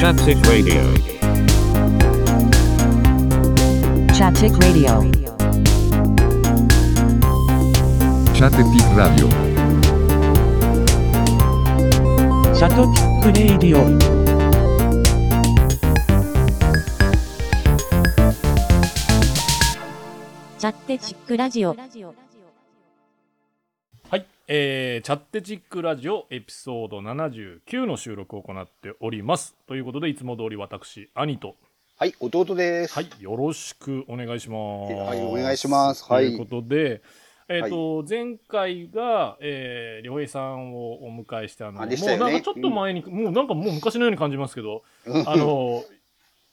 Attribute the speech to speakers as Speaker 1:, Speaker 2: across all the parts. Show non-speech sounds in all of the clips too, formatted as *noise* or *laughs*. Speaker 1: Chaptic Radio.
Speaker 2: Chaptic Radio.
Speaker 3: Chatetic Radio.
Speaker 4: シャトピックレイディオン。
Speaker 5: チャッテチックラジオ。
Speaker 6: はい、えー、チャッテチックラジオエピソード79の収録を行っております。ということで、いつも通り私、兄と、
Speaker 7: はい、弟です。
Speaker 6: はい、よろしくお願いします。
Speaker 7: はいお願いします
Speaker 6: と
Speaker 7: はい
Speaker 6: いうことで、えっ、と、前回が、えー、良平さんをお迎えして、あの、
Speaker 7: あでし
Speaker 6: も
Speaker 7: た
Speaker 6: う
Speaker 7: よね
Speaker 6: なんかちょっと前に、もうなんかもう昔のように感じますけど、あの、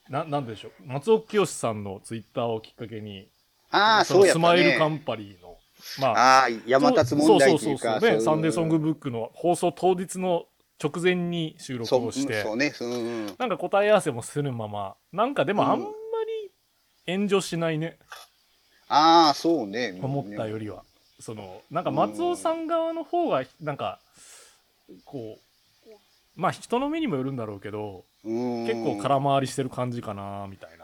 Speaker 6: な、なんでしょう、松尾清さんのツイッターをきっかけに、
Speaker 7: ああ、
Speaker 6: その
Speaker 7: そうや
Speaker 6: ス
Speaker 7: った
Speaker 6: マイル
Speaker 7: ね。
Speaker 6: カンパリーの、まあ、
Speaker 7: ああ、山立問題と
Speaker 6: そ
Speaker 7: いうう
Speaker 6: そうそう
Speaker 7: か。
Speaker 6: そう、
Speaker 7: そ
Speaker 6: ね、
Speaker 7: う
Speaker 6: サンデーソングブックの放送当日の直前に収録をし
Speaker 7: そう
Speaker 6: て
Speaker 7: そう、ね。うんうん
Speaker 6: なんか答え合わせもするまま、なんかでもあんまり炎上しないね、
Speaker 7: ああ、そうね。
Speaker 6: 思ったよりは。その、なんか松尾さん側の方が、なんか、こう、まあ人の目にもよるんだろうけど、
Speaker 7: うん
Speaker 6: 結構空回りしてる感じかな、みたいな。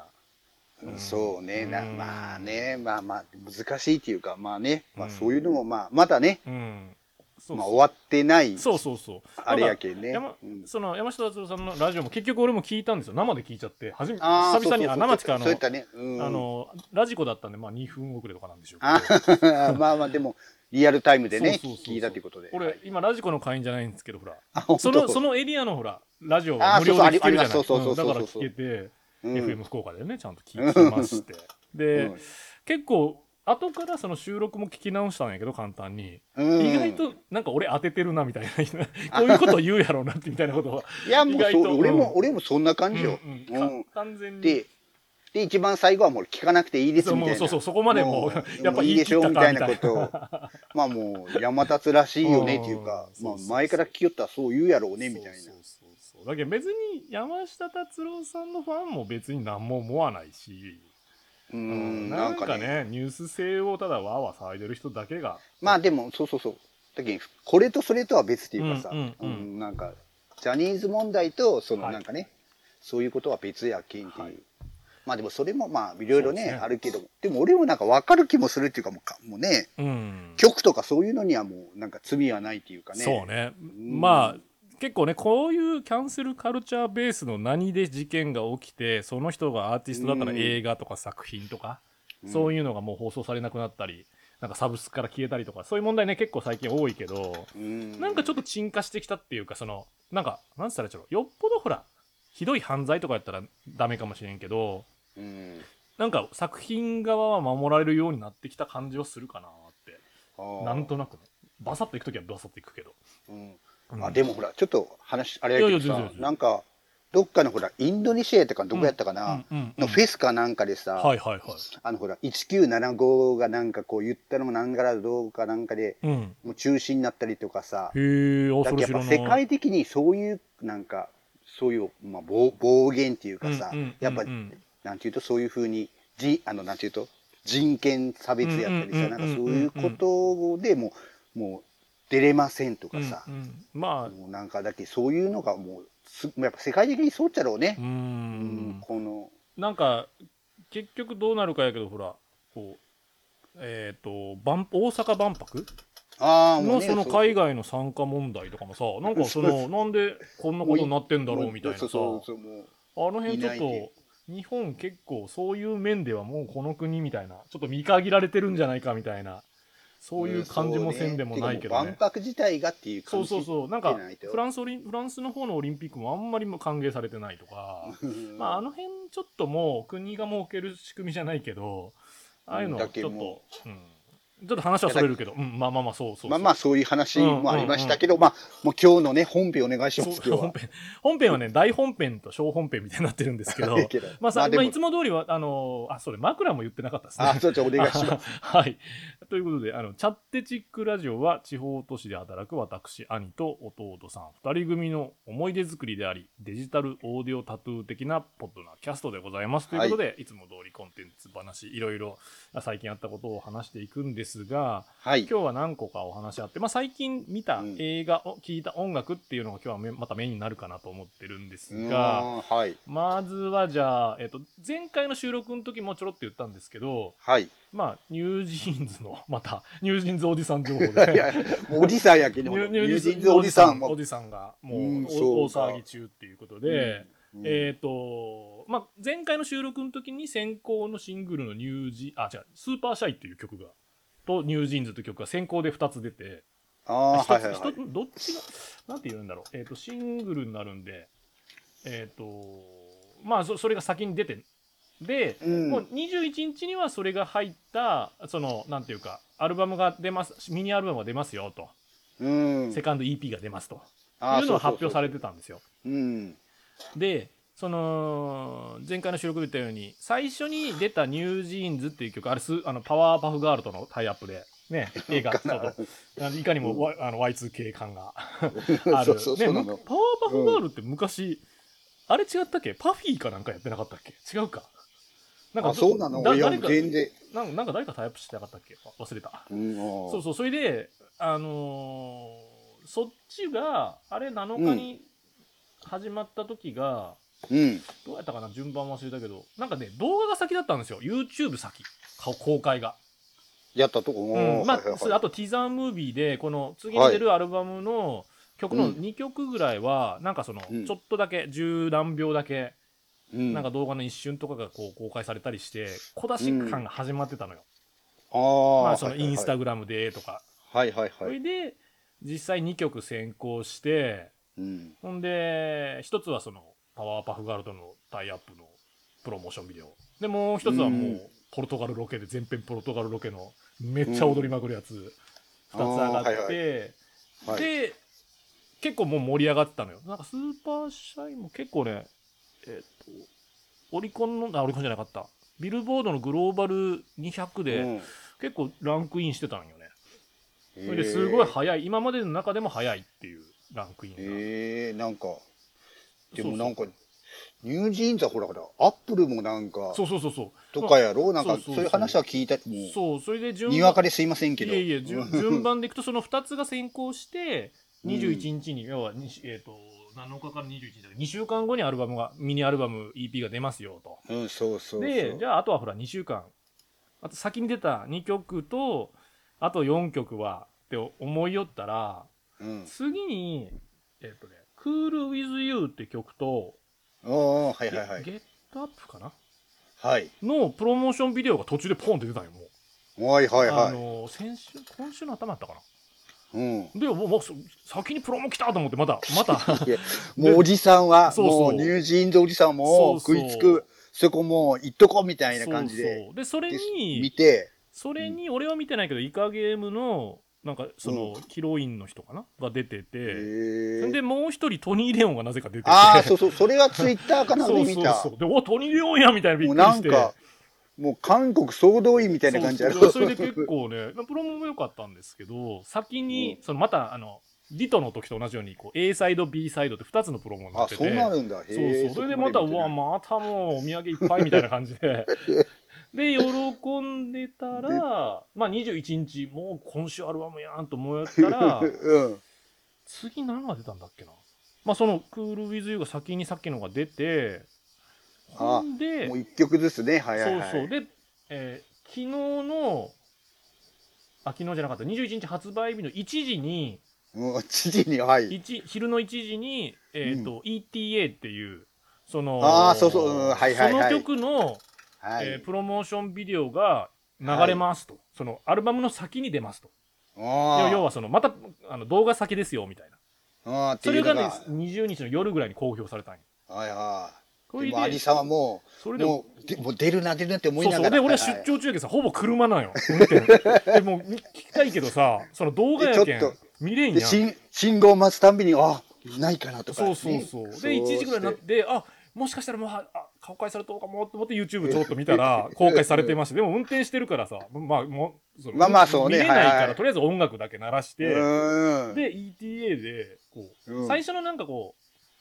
Speaker 7: うんそうね。な
Speaker 6: うん
Speaker 7: まあね、まあまあ、難しいっていうか、まあね、ま
Speaker 6: うん
Speaker 7: あそういうのも、まあ、まだね、
Speaker 6: うん。そ
Speaker 7: まあ終わってない、
Speaker 6: そうそうそう。
Speaker 7: あれやけんね。
Speaker 6: 山
Speaker 7: うん
Speaker 6: その山下達郎さんのラジオも結局俺も聞いたんですよ生で聞いちゃって初め
Speaker 7: ああ、
Speaker 6: 久々に
Speaker 7: そうそうそう
Speaker 6: あ生っていうかあ
Speaker 7: そういった
Speaker 6: の
Speaker 7: ね。うん
Speaker 6: あのラジコだったんでまあ2分遅れとかなんでしょう
Speaker 7: あ
Speaker 6: けど
Speaker 7: ー *laughs* まあまあ、でも、リアルタイムでね、
Speaker 6: そうそうそうそう
Speaker 7: 聞いたということで。
Speaker 6: 俺今ラジコの会員じゃないんですけどほら
Speaker 7: あ本当
Speaker 6: そのそのエリアのほらラジオ無
Speaker 7: あー
Speaker 6: 料で聞けるじゃな
Speaker 7: そうそうあり
Speaker 6: い
Speaker 7: ま
Speaker 6: う
Speaker 7: す
Speaker 6: んだから
Speaker 7: そ
Speaker 6: 聞
Speaker 7: うそうそうそ
Speaker 6: け
Speaker 7: う
Speaker 6: て
Speaker 7: うん
Speaker 6: FM 福岡でねちゃんと聞きましてで
Speaker 7: うん
Speaker 6: 結構後からその収録も聞き直したんやけど簡単に
Speaker 7: うん
Speaker 6: 意外となんか俺当ててるなみたいな *laughs* こういうこと言うやろうなってみたいなことはい
Speaker 7: や、もうそ
Speaker 6: 意外と
Speaker 7: う、俺
Speaker 6: う
Speaker 7: も、
Speaker 6: ん
Speaker 7: 俺もそんな感じよ。
Speaker 6: うん
Speaker 7: う
Speaker 6: うんんか完全に
Speaker 7: で、で、一番最後はもう聞かなくていいです
Speaker 6: そう
Speaker 7: みたい
Speaker 6: もう
Speaker 7: な。
Speaker 6: そうそうそこまでもう *laughs* やっぱ言
Speaker 7: いい
Speaker 6: い
Speaker 7: でし
Speaker 6: 切
Speaker 7: ょ
Speaker 6: っ
Speaker 7: う
Speaker 6: た
Speaker 7: み
Speaker 6: か
Speaker 7: たい
Speaker 6: みた
Speaker 7: ない
Speaker 6: な
Speaker 7: ことを。まあもう、山立らしいよねっていうか、
Speaker 6: うん
Speaker 7: まあ
Speaker 6: *laughs* そうそうそう
Speaker 7: 前から聞きよったらそう言うやろうねみたい
Speaker 6: そう
Speaker 7: な。
Speaker 6: そうそうそうだけど別に山下達郎さんのファンも別に何も思わないし、
Speaker 7: う、
Speaker 6: うんな
Speaker 7: なんん
Speaker 6: か
Speaker 7: か
Speaker 6: ね
Speaker 7: ね。
Speaker 6: ニュース性をただわーわー騒いでる人だけが
Speaker 7: まあでも、そうそうそう。だけどこれとそれとは別っていうかさ、
Speaker 6: う
Speaker 7: うんん
Speaker 6: うんうん
Speaker 7: なんか、ジャニーズ問題と、その
Speaker 6: はい
Speaker 7: なんかね、そういうことは別やけんっていう。
Speaker 6: はい
Speaker 7: まあでもそれもまあいろいろ
Speaker 6: そう
Speaker 7: ね
Speaker 6: ですね
Speaker 7: あるけどでも俺もなんか分かる気もするっていうかもうかもうね
Speaker 6: うん
Speaker 7: 曲とかそういうのにはもうなんか罪はないっていうかね
Speaker 6: そうねまあ結構ねこういうキャンセルカルチャーベースの何で事件が起きてその人がアーティストだったら
Speaker 7: うん
Speaker 6: 映画とか作品とか、そういうのがもう放送されなくなったりなんかサブスクから消えたりとかそういう問題ね結構最近多いけど
Speaker 7: うん
Speaker 6: なんかちょっと沈下してきたっていうか、その、なんか、なんつったらいいんだろうよっぽどほら、ひどい犯罪とかやったらダメかもしれんけど、
Speaker 7: うん
Speaker 6: なんか作品側は守られるようになってきた感じはするかなって、
Speaker 7: あー
Speaker 6: なんとなくね。バサッと行くときはバサッと行くけど。
Speaker 7: うん
Speaker 6: うん
Speaker 7: あでもほらちょっと話あれやけど
Speaker 6: いやいや全然
Speaker 7: さ
Speaker 6: 全然
Speaker 7: なんかどっかのほらインドネシアとかどこやったかな
Speaker 6: うんうんうんうん
Speaker 7: のフェスかなんかでさ
Speaker 6: はいはいはい。
Speaker 7: あのほら1975がなんかこう言ったのもなんからどうかなんかで
Speaker 6: うん。
Speaker 7: もう中止になったりとかさ
Speaker 6: へえ、あ、
Speaker 7: だ
Speaker 6: そ
Speaker 7: け
Speaker 6: れ
Speaker 7: やっ
Speaker 6: 知
Speaker 7: ぱ
Speaker 6: ら
Speaker 7: 世
Speaker 6: ない。
Speaker 7: 界的にそういうなんかそういう、まあ、暴暴言っていうかさ
Speaker 6: うんうんうんうん
Speaker 7: やっぱなんていうとそういうふうにじあのなんていうと人権差別やったり
Speaker 6: うんうんうんうん
Speaker 7: さなんかそういうことでもうもう出れませんとかさ、
Speaker 6: うんうんまあ、
Speaker 7: もうなんかだけそういうのがもうすやっぱ世界的にそうっちゃろうね
Speaker 6: うー、
Speaker 7: うん
Speaker 6: ん。
Speaker 7: この
Speaker 6: なんか、結局どうなるかやけど、ほら、こう、えっ、と、万大阪万博
Speaker 7: ああもう
Speaker 6: の
Speaker 7: ね
Speaker 6: その
Speaker 7: う
Speaker 6: 海外の参加問題とかもさなんかそのなんでこんなことになってんだろうみたいなさ
Speaker 7: そうそうそうもう
Speaker 6: あの辺ちょっ
Speaker 7: いない
Speaker 6: と日本結構そういう面ではもうこの国みたいなちょっと見限られてるんじゃないかみたいなそういう感じもせんでもないけど
Speaker 7: て
Speaker 6: ね
Speaker 7: か。万博自体がっていう
Speaker 6: そ
Speaker 7: 感
Speaker 6: う
Speaker 7: じ
Speaker 6: そうそうなんか
Speaker 7: じゃないと
Speaker 6: フランスオリンフランスの方のオリンピックもあんまりも歓迎されてないとか
Speaker 7: うん
Speaker 6: まああの辺ちょっともう国が設ける仕組みじゃないけどああいうのはちょっ
Speaker 7: だけ
Speaker 6: と
Speaker 7: も、
Speaker 6: うん、ちょっと話はそれるけど、うん、まあまあまあそうそうそう
Speaker 7: まあまあそういう話もありましたけど、まあもう今日のね本編お願いしま
Speaker 6: そ
Speaker 7: す
Speaker 6: う
Speaker 7: 今日
Speaker 6: 本
Speaker 7: は。
Speaker 6: 編本編はね大本編と小本編みたいになってるんですけど
Speaker 7: けど
Speaker 6: まあさ、ま
Speaker 7: まあでも
Speaker 6: あいつも通りはあのあそれ枕も言ってなかったですね
Speaker 7: あそうじゃあお願い
Speaker 6: *laughs*
Speaker 7: します。
Speaker 6: はい。ということで、あの、チャッテチックラジオは地方都市で働く私、兄と弟さん二人組の思い出作りであり、デジタルオーディオタトゥー的なポッドなキャストでございます。ということで、い、つも通りコンテンツ話、いろいろ最近あったことを話していくんでですが、
Speaker 7: はい。
Speaker 6: 今日は何個かお話しあって、まあ、最近見た
Speaker 7: うん
Speaker 6: 映画を聞いた音楽っていうのが今日はめまたメインになるかなと思ってるんですが、
Speaker 7: うんはい。
Speaker 6: まずはじゃあ、えっと、前回の収録の時もちょろっと言ったんですけど、
Speaker 7: はい。
Speaker 6: まあ、ニュージーンズの、 *laughs* また、ニュージーンズおじさん情報
Speaker 7: いや
Speaker 6: で。、
Speaker 7: もうおじさんやけ
Speaker 6: ニ
Speaker 7: ど、
Speaker 6: ュ
Speaker 7: ニュージーンズ
Speaker 6: の
Speaker 7: おじさん
Speaker 6: お
Speaker 7: も。
Speaker 6: じさんが、もう
Speaker 7: うん、
Speaker 6: お大
Speaker 7: そうか
Speaker 6: 騒ぎ中っていうことで、
Speaker 7: うん
Speaker 6: えっ、と、まあ、前回の収録の時に先行のシングルのニュージー、あ、違う、スーパーシャイっていう曲が、とニュージーンズという曲が先行で2つ出て、一
Speaker 7: ああ、
Speaker 6: つ
Speaker 7: はいはいはい
Speaker 6: 一。つどっちが、なんて言うんだろう。えっ、と、シングルになるんで、えっ、と、まあそ、それが先に出て、で、
Speaker 7: うん
Speaker 6: もう21日にはそれが入った、その、なんていうか、アルバムが出ます、ミニアルバムが出ますよと、
Speaker 7: うん
Speaker 6: セカンド EP が出ますと、い
Speaker 7: あー
Speaker 6: う
Speaker 7: そ
Speaker 6: のを
Speaker 7: うそう
Speaker 6: 発表されてたんですよ。
Speaker 7: そううん。
Speaker 6: で、その、前回の収録で言ったように、最初に出たニュージーンズっていう曲、あれす、あの、パワーパフガールとのタイアップで、ね、映画、ちょ
Speaker 7: *laughs*
Speaker 6: っと、あのいかにも、わあの Y2K 感がある。
Speaker 7: そうそう
Speaker 6: ね
Speaker 7: そうな
Speaker 6: む
Speaker 7: の
Speaker 6: パワーパフガールって昔、あれ違ったっけパフィーかなんかやってなかったっけ違うか。なんか
Speaker 7: あ、そうなの
Speaker 6: だ
Speaker 7: いや、
Speaker 6: 誰か
Speaker 7: 全然。
Speaker 6: なんか、なんか誰かタイアップしてなかったっけあ忘れた。
Speaker 7: うん
Speaker 6: そうそう、それで、あのーそっちが、あれ7日に始まった時が、
Speaker 7: うん。
Speaker 6: どうやったかな順番忘れたけど。なんかね、動画が先だったんですよ。YouTube 先。か公開が。
Speaker 7: やったとこ。
Speaker 6: うん。まあ、それあ
Speaker 7: と、
Speaker 6: とティザームービーで、この次に出るアルバムの曲の2曲ぐらいは、なんかその、
Speaker 7: うん
Speaker 6: ちょっとだけ、十何秒だけ、
Speaker 7: うん
Speaker 6: なんか動画の一瞬とかがこう公開されたりして、小出し感が始まってたのよ。
Speaker 7: あー
Speaker 6: まあ、そのインスタ
Speaker 7: は
Speaker 6: グラムでとか。
Speaker 7: いはい
Speaker 6: そ
Speaker 7: は
Speaker 6: れ
Speaker 7: い。
Speaker 6: で、実際2曲先行して、
Speaker 7: うん。
Speaker 6: ほんで、一つはその、パワーパフガールとのタイアップのプロモーションビデオ。で、もう一つはも
Speaker 7: う、
Speaker 6: うんポルトガルロケで、全編ポルトガルロケの、めっちゃ踊りまくるやつ、二つ上がっ
Speaker 7: あーはい
Speaker 6: て、
Speaker 7: はい
Speaker 6: で、結構もう盛り上がってたのよ。なんかスーパーシャイも結構ね、えっと、オリコンの、あ、オリコンじゃなかった。ビルボードのグローバル200で、
Speaker 7: うん
Speaker 6: 結構ランクインしてたんよね。それ
Speaker 7: へ
Speaker 6: で
Speaker 7: ー
Speaker 6: すごい早い、今までの中でも早いっていうランクインが。
Speaker 7: ええなんか、で
Speaker 6: そうそ
Speaker 7: も
Speaker 6: う
Speaker 7: なんか、ニュージーンズはほらほら、アップルもなんか、
Speaker 6: そうそうそうそう。
Speaker 7: とかやろなん
Speaker 6: そうそう
Speaker 7: か、
Speaker 6: そ
Speaker 7: そうういう話は聞いたもう、
Speaker 6: そう、それで順
Speaker 7: にわかですいませんけど。
Speaker 6: いえいえ、じゅ
Speaker 7: *laughs* うん
Speaker 6: 順番でいくと、その2つが先行して、
Speaker 7: うん
Speaker 6: 21日に、要はに、えっ、と、7日から21日だ2週間後にアルバムが、ミニアルバム、EP が出ますよと。
Speaker 7: うん、そうそうそう。
Speaker 6: で、じ
Speaker 7: ゃ
Speaker 6: ゃあ、あとはほら、2週間。あと、先に出た2曲と、あと4曲は、って思いよったら、
Speaker 7: うん。
Speaker 6: 次に、えっ、とね、Cool With You って曲と、
Speaker 7: おー、はいはいはい。
Speaker 6: ゲットアップかな
Speaker 7: はい。
Speaker 6: のプロモーションビデオが途中でポンって出たんよ、もう。
Speaker 7: はいはい
Speaker 6: あ
Speaker 7: は
Speaker 6: の、先週、今週の頭だったかな。
Speaker 7: い。うん。い
Speaker 6: で、もう、もうそ先にプロも来たと思って、ま
Speaker 7: *laughs*
Speaker 6: た、また、
Speaker 7: やもうおじさんは、
Speaker 6: そうそう
Speaker 7: もうニュージーンズおじさんも
Speaker 6: そう
Speaker 7: 食
Speaker 6: そう
Speaker 7: いつく、そこもう行っとこうみたいな感じ
Speaker 6: そう
Speaker 7: で、
Speaker 6: そうで、それ
Speaker 7: で見
Speaker 6: に、
Speaker 7: て、
Speaker 6: それに、俺は見てないけど、イカゲームの、なんか、その、ヒロインの人かなが出て
Speaker 7: へ
Speaker 6: て、
Speaker 7: ー
Speaker 6: で、もう一人、トニー・レオンがなぜか出てて、
Speaker 7: ああ、そうそう、それはツイッターか
Speaker 6: *laughs*
Speaker 7: なんかで見た。
Speaker 6: う。で、おトニー・レオンやみたいなび
Speaker 7: も
Speaker 6: っ
Speaker 7: う
Speaker 6: くり
Speaker 7: な
Speaker 6: し
Speaker 7: ん
Speaker 6: て。
Speaker 7: か、もう韓国総動員みたいな感じや
Speaker 6: そう
Speaker 7: ろ。
Speaker 6: それで結構
Speaker 7: *laughs*
Speaker 6: ね、まあプロモも良かったんですけど、先に、
Speaker 7: う
Speaker 6: その、また、あの、リトの時と同じように、こう、A サイド、B サイドって2つのプロモにな
Speaker 7: あ、
Speaker 6: ってて。
Speaker 7: そうなるんだ。へ
Speaker 6: そう
Speaker 7: え
Speaker 6: そう。それでまた、うわ、またもうお土産いっぱいみたいな感じで。
Speaker 7: *laughs*
Speaker 6: で、喜んでたら、まあ21日、もう今週アルバムやんと思ったら
Speaker 7: う、ん。
Speaker 6: 次何が出たんだっけな。まあその、クールウィズユーが先にさっきのが出て、ほ
Speaker 7: あ
Speaker 6: んで
Speaker 7: もう、一曲ずつね、はいはい
Speaker 6: そう
Speaker 7: はい。
Speaker 6: そう。で、えー昨日の、あ、昨日じゃなかった、21日発売日の1時に、
Speaker 7: もう、知事に、はい。
Speaker 6: 一昼の1時に、えっ、と、ETA っていう、その、
Speaker 7: あーそうそううんはいはいはい
Speaker 6: その曲の、
Speaker 7: は
Speaker 6: えー
Speaker 7: い。
Speaker 6: プロモーションビデオが流れますと、そのアルバムの先に出ますと、
Speaker 7: あ
Speaker 6: 要はそのまたあの動画先ですよみたいな、
Speaker 7: あ、って
Speaker 6: そ
Speaker 7: い
Speaker 6: れ
Speaker 7: うの
Speaker 6: がね
Speaker 7: が、、
Speaker 6: 20日の夜ぐらいに公表されたんよ。
Speaker 7: はいは
Speaker 6: そ
Speaker 7: い。
Speaker 6: れ
Speaker 7: でも、ア
Speaker 6: で、
Speaker 7: リさんはも、
Speaker 6: そうれで
Speaker 7: もう、でもう出るな、出るなって思い
Speaker 6: そう
Speaker 7: な
Speaker 6: そう
Speaker 7: がら。
Speaker 6: で、俺は
Speaker 7: はい
Speaker 6: 出
Speaker 7: はい
Speaker 6: 張中やけどさ、ほぼ車なんよ、運転。でもう聞きたいけどさ、その動画やけん
Speaker 7: でちょっと、
Speaker 6: 見れん
Speaker 7: で、
Speaker 6: やん。
Speaker 7: 信信号待つたんびに、あ、ないかなとか。
Speaker 6: そうそうそう。で、1時ぐらいになっ、
Speaker 7: って
Speaker 6: あもしかしたらもう、あ、あ公開されたのかもと思って YouTube ちょっと見たら、公開されてました。でも運転してるからさ、まあ、もう、その
Speaker 7: まあまあそうね
Speaker 6: 見れないから、
Speaker 7: はいはい。
Speaker 6: とりあえず音楽だけ鳴らしてて、
Speaker 7: うん。
Speaker 6: で、ETA で、こう、
Speaker 7: うん
Speaker 6: 最初のなんかこ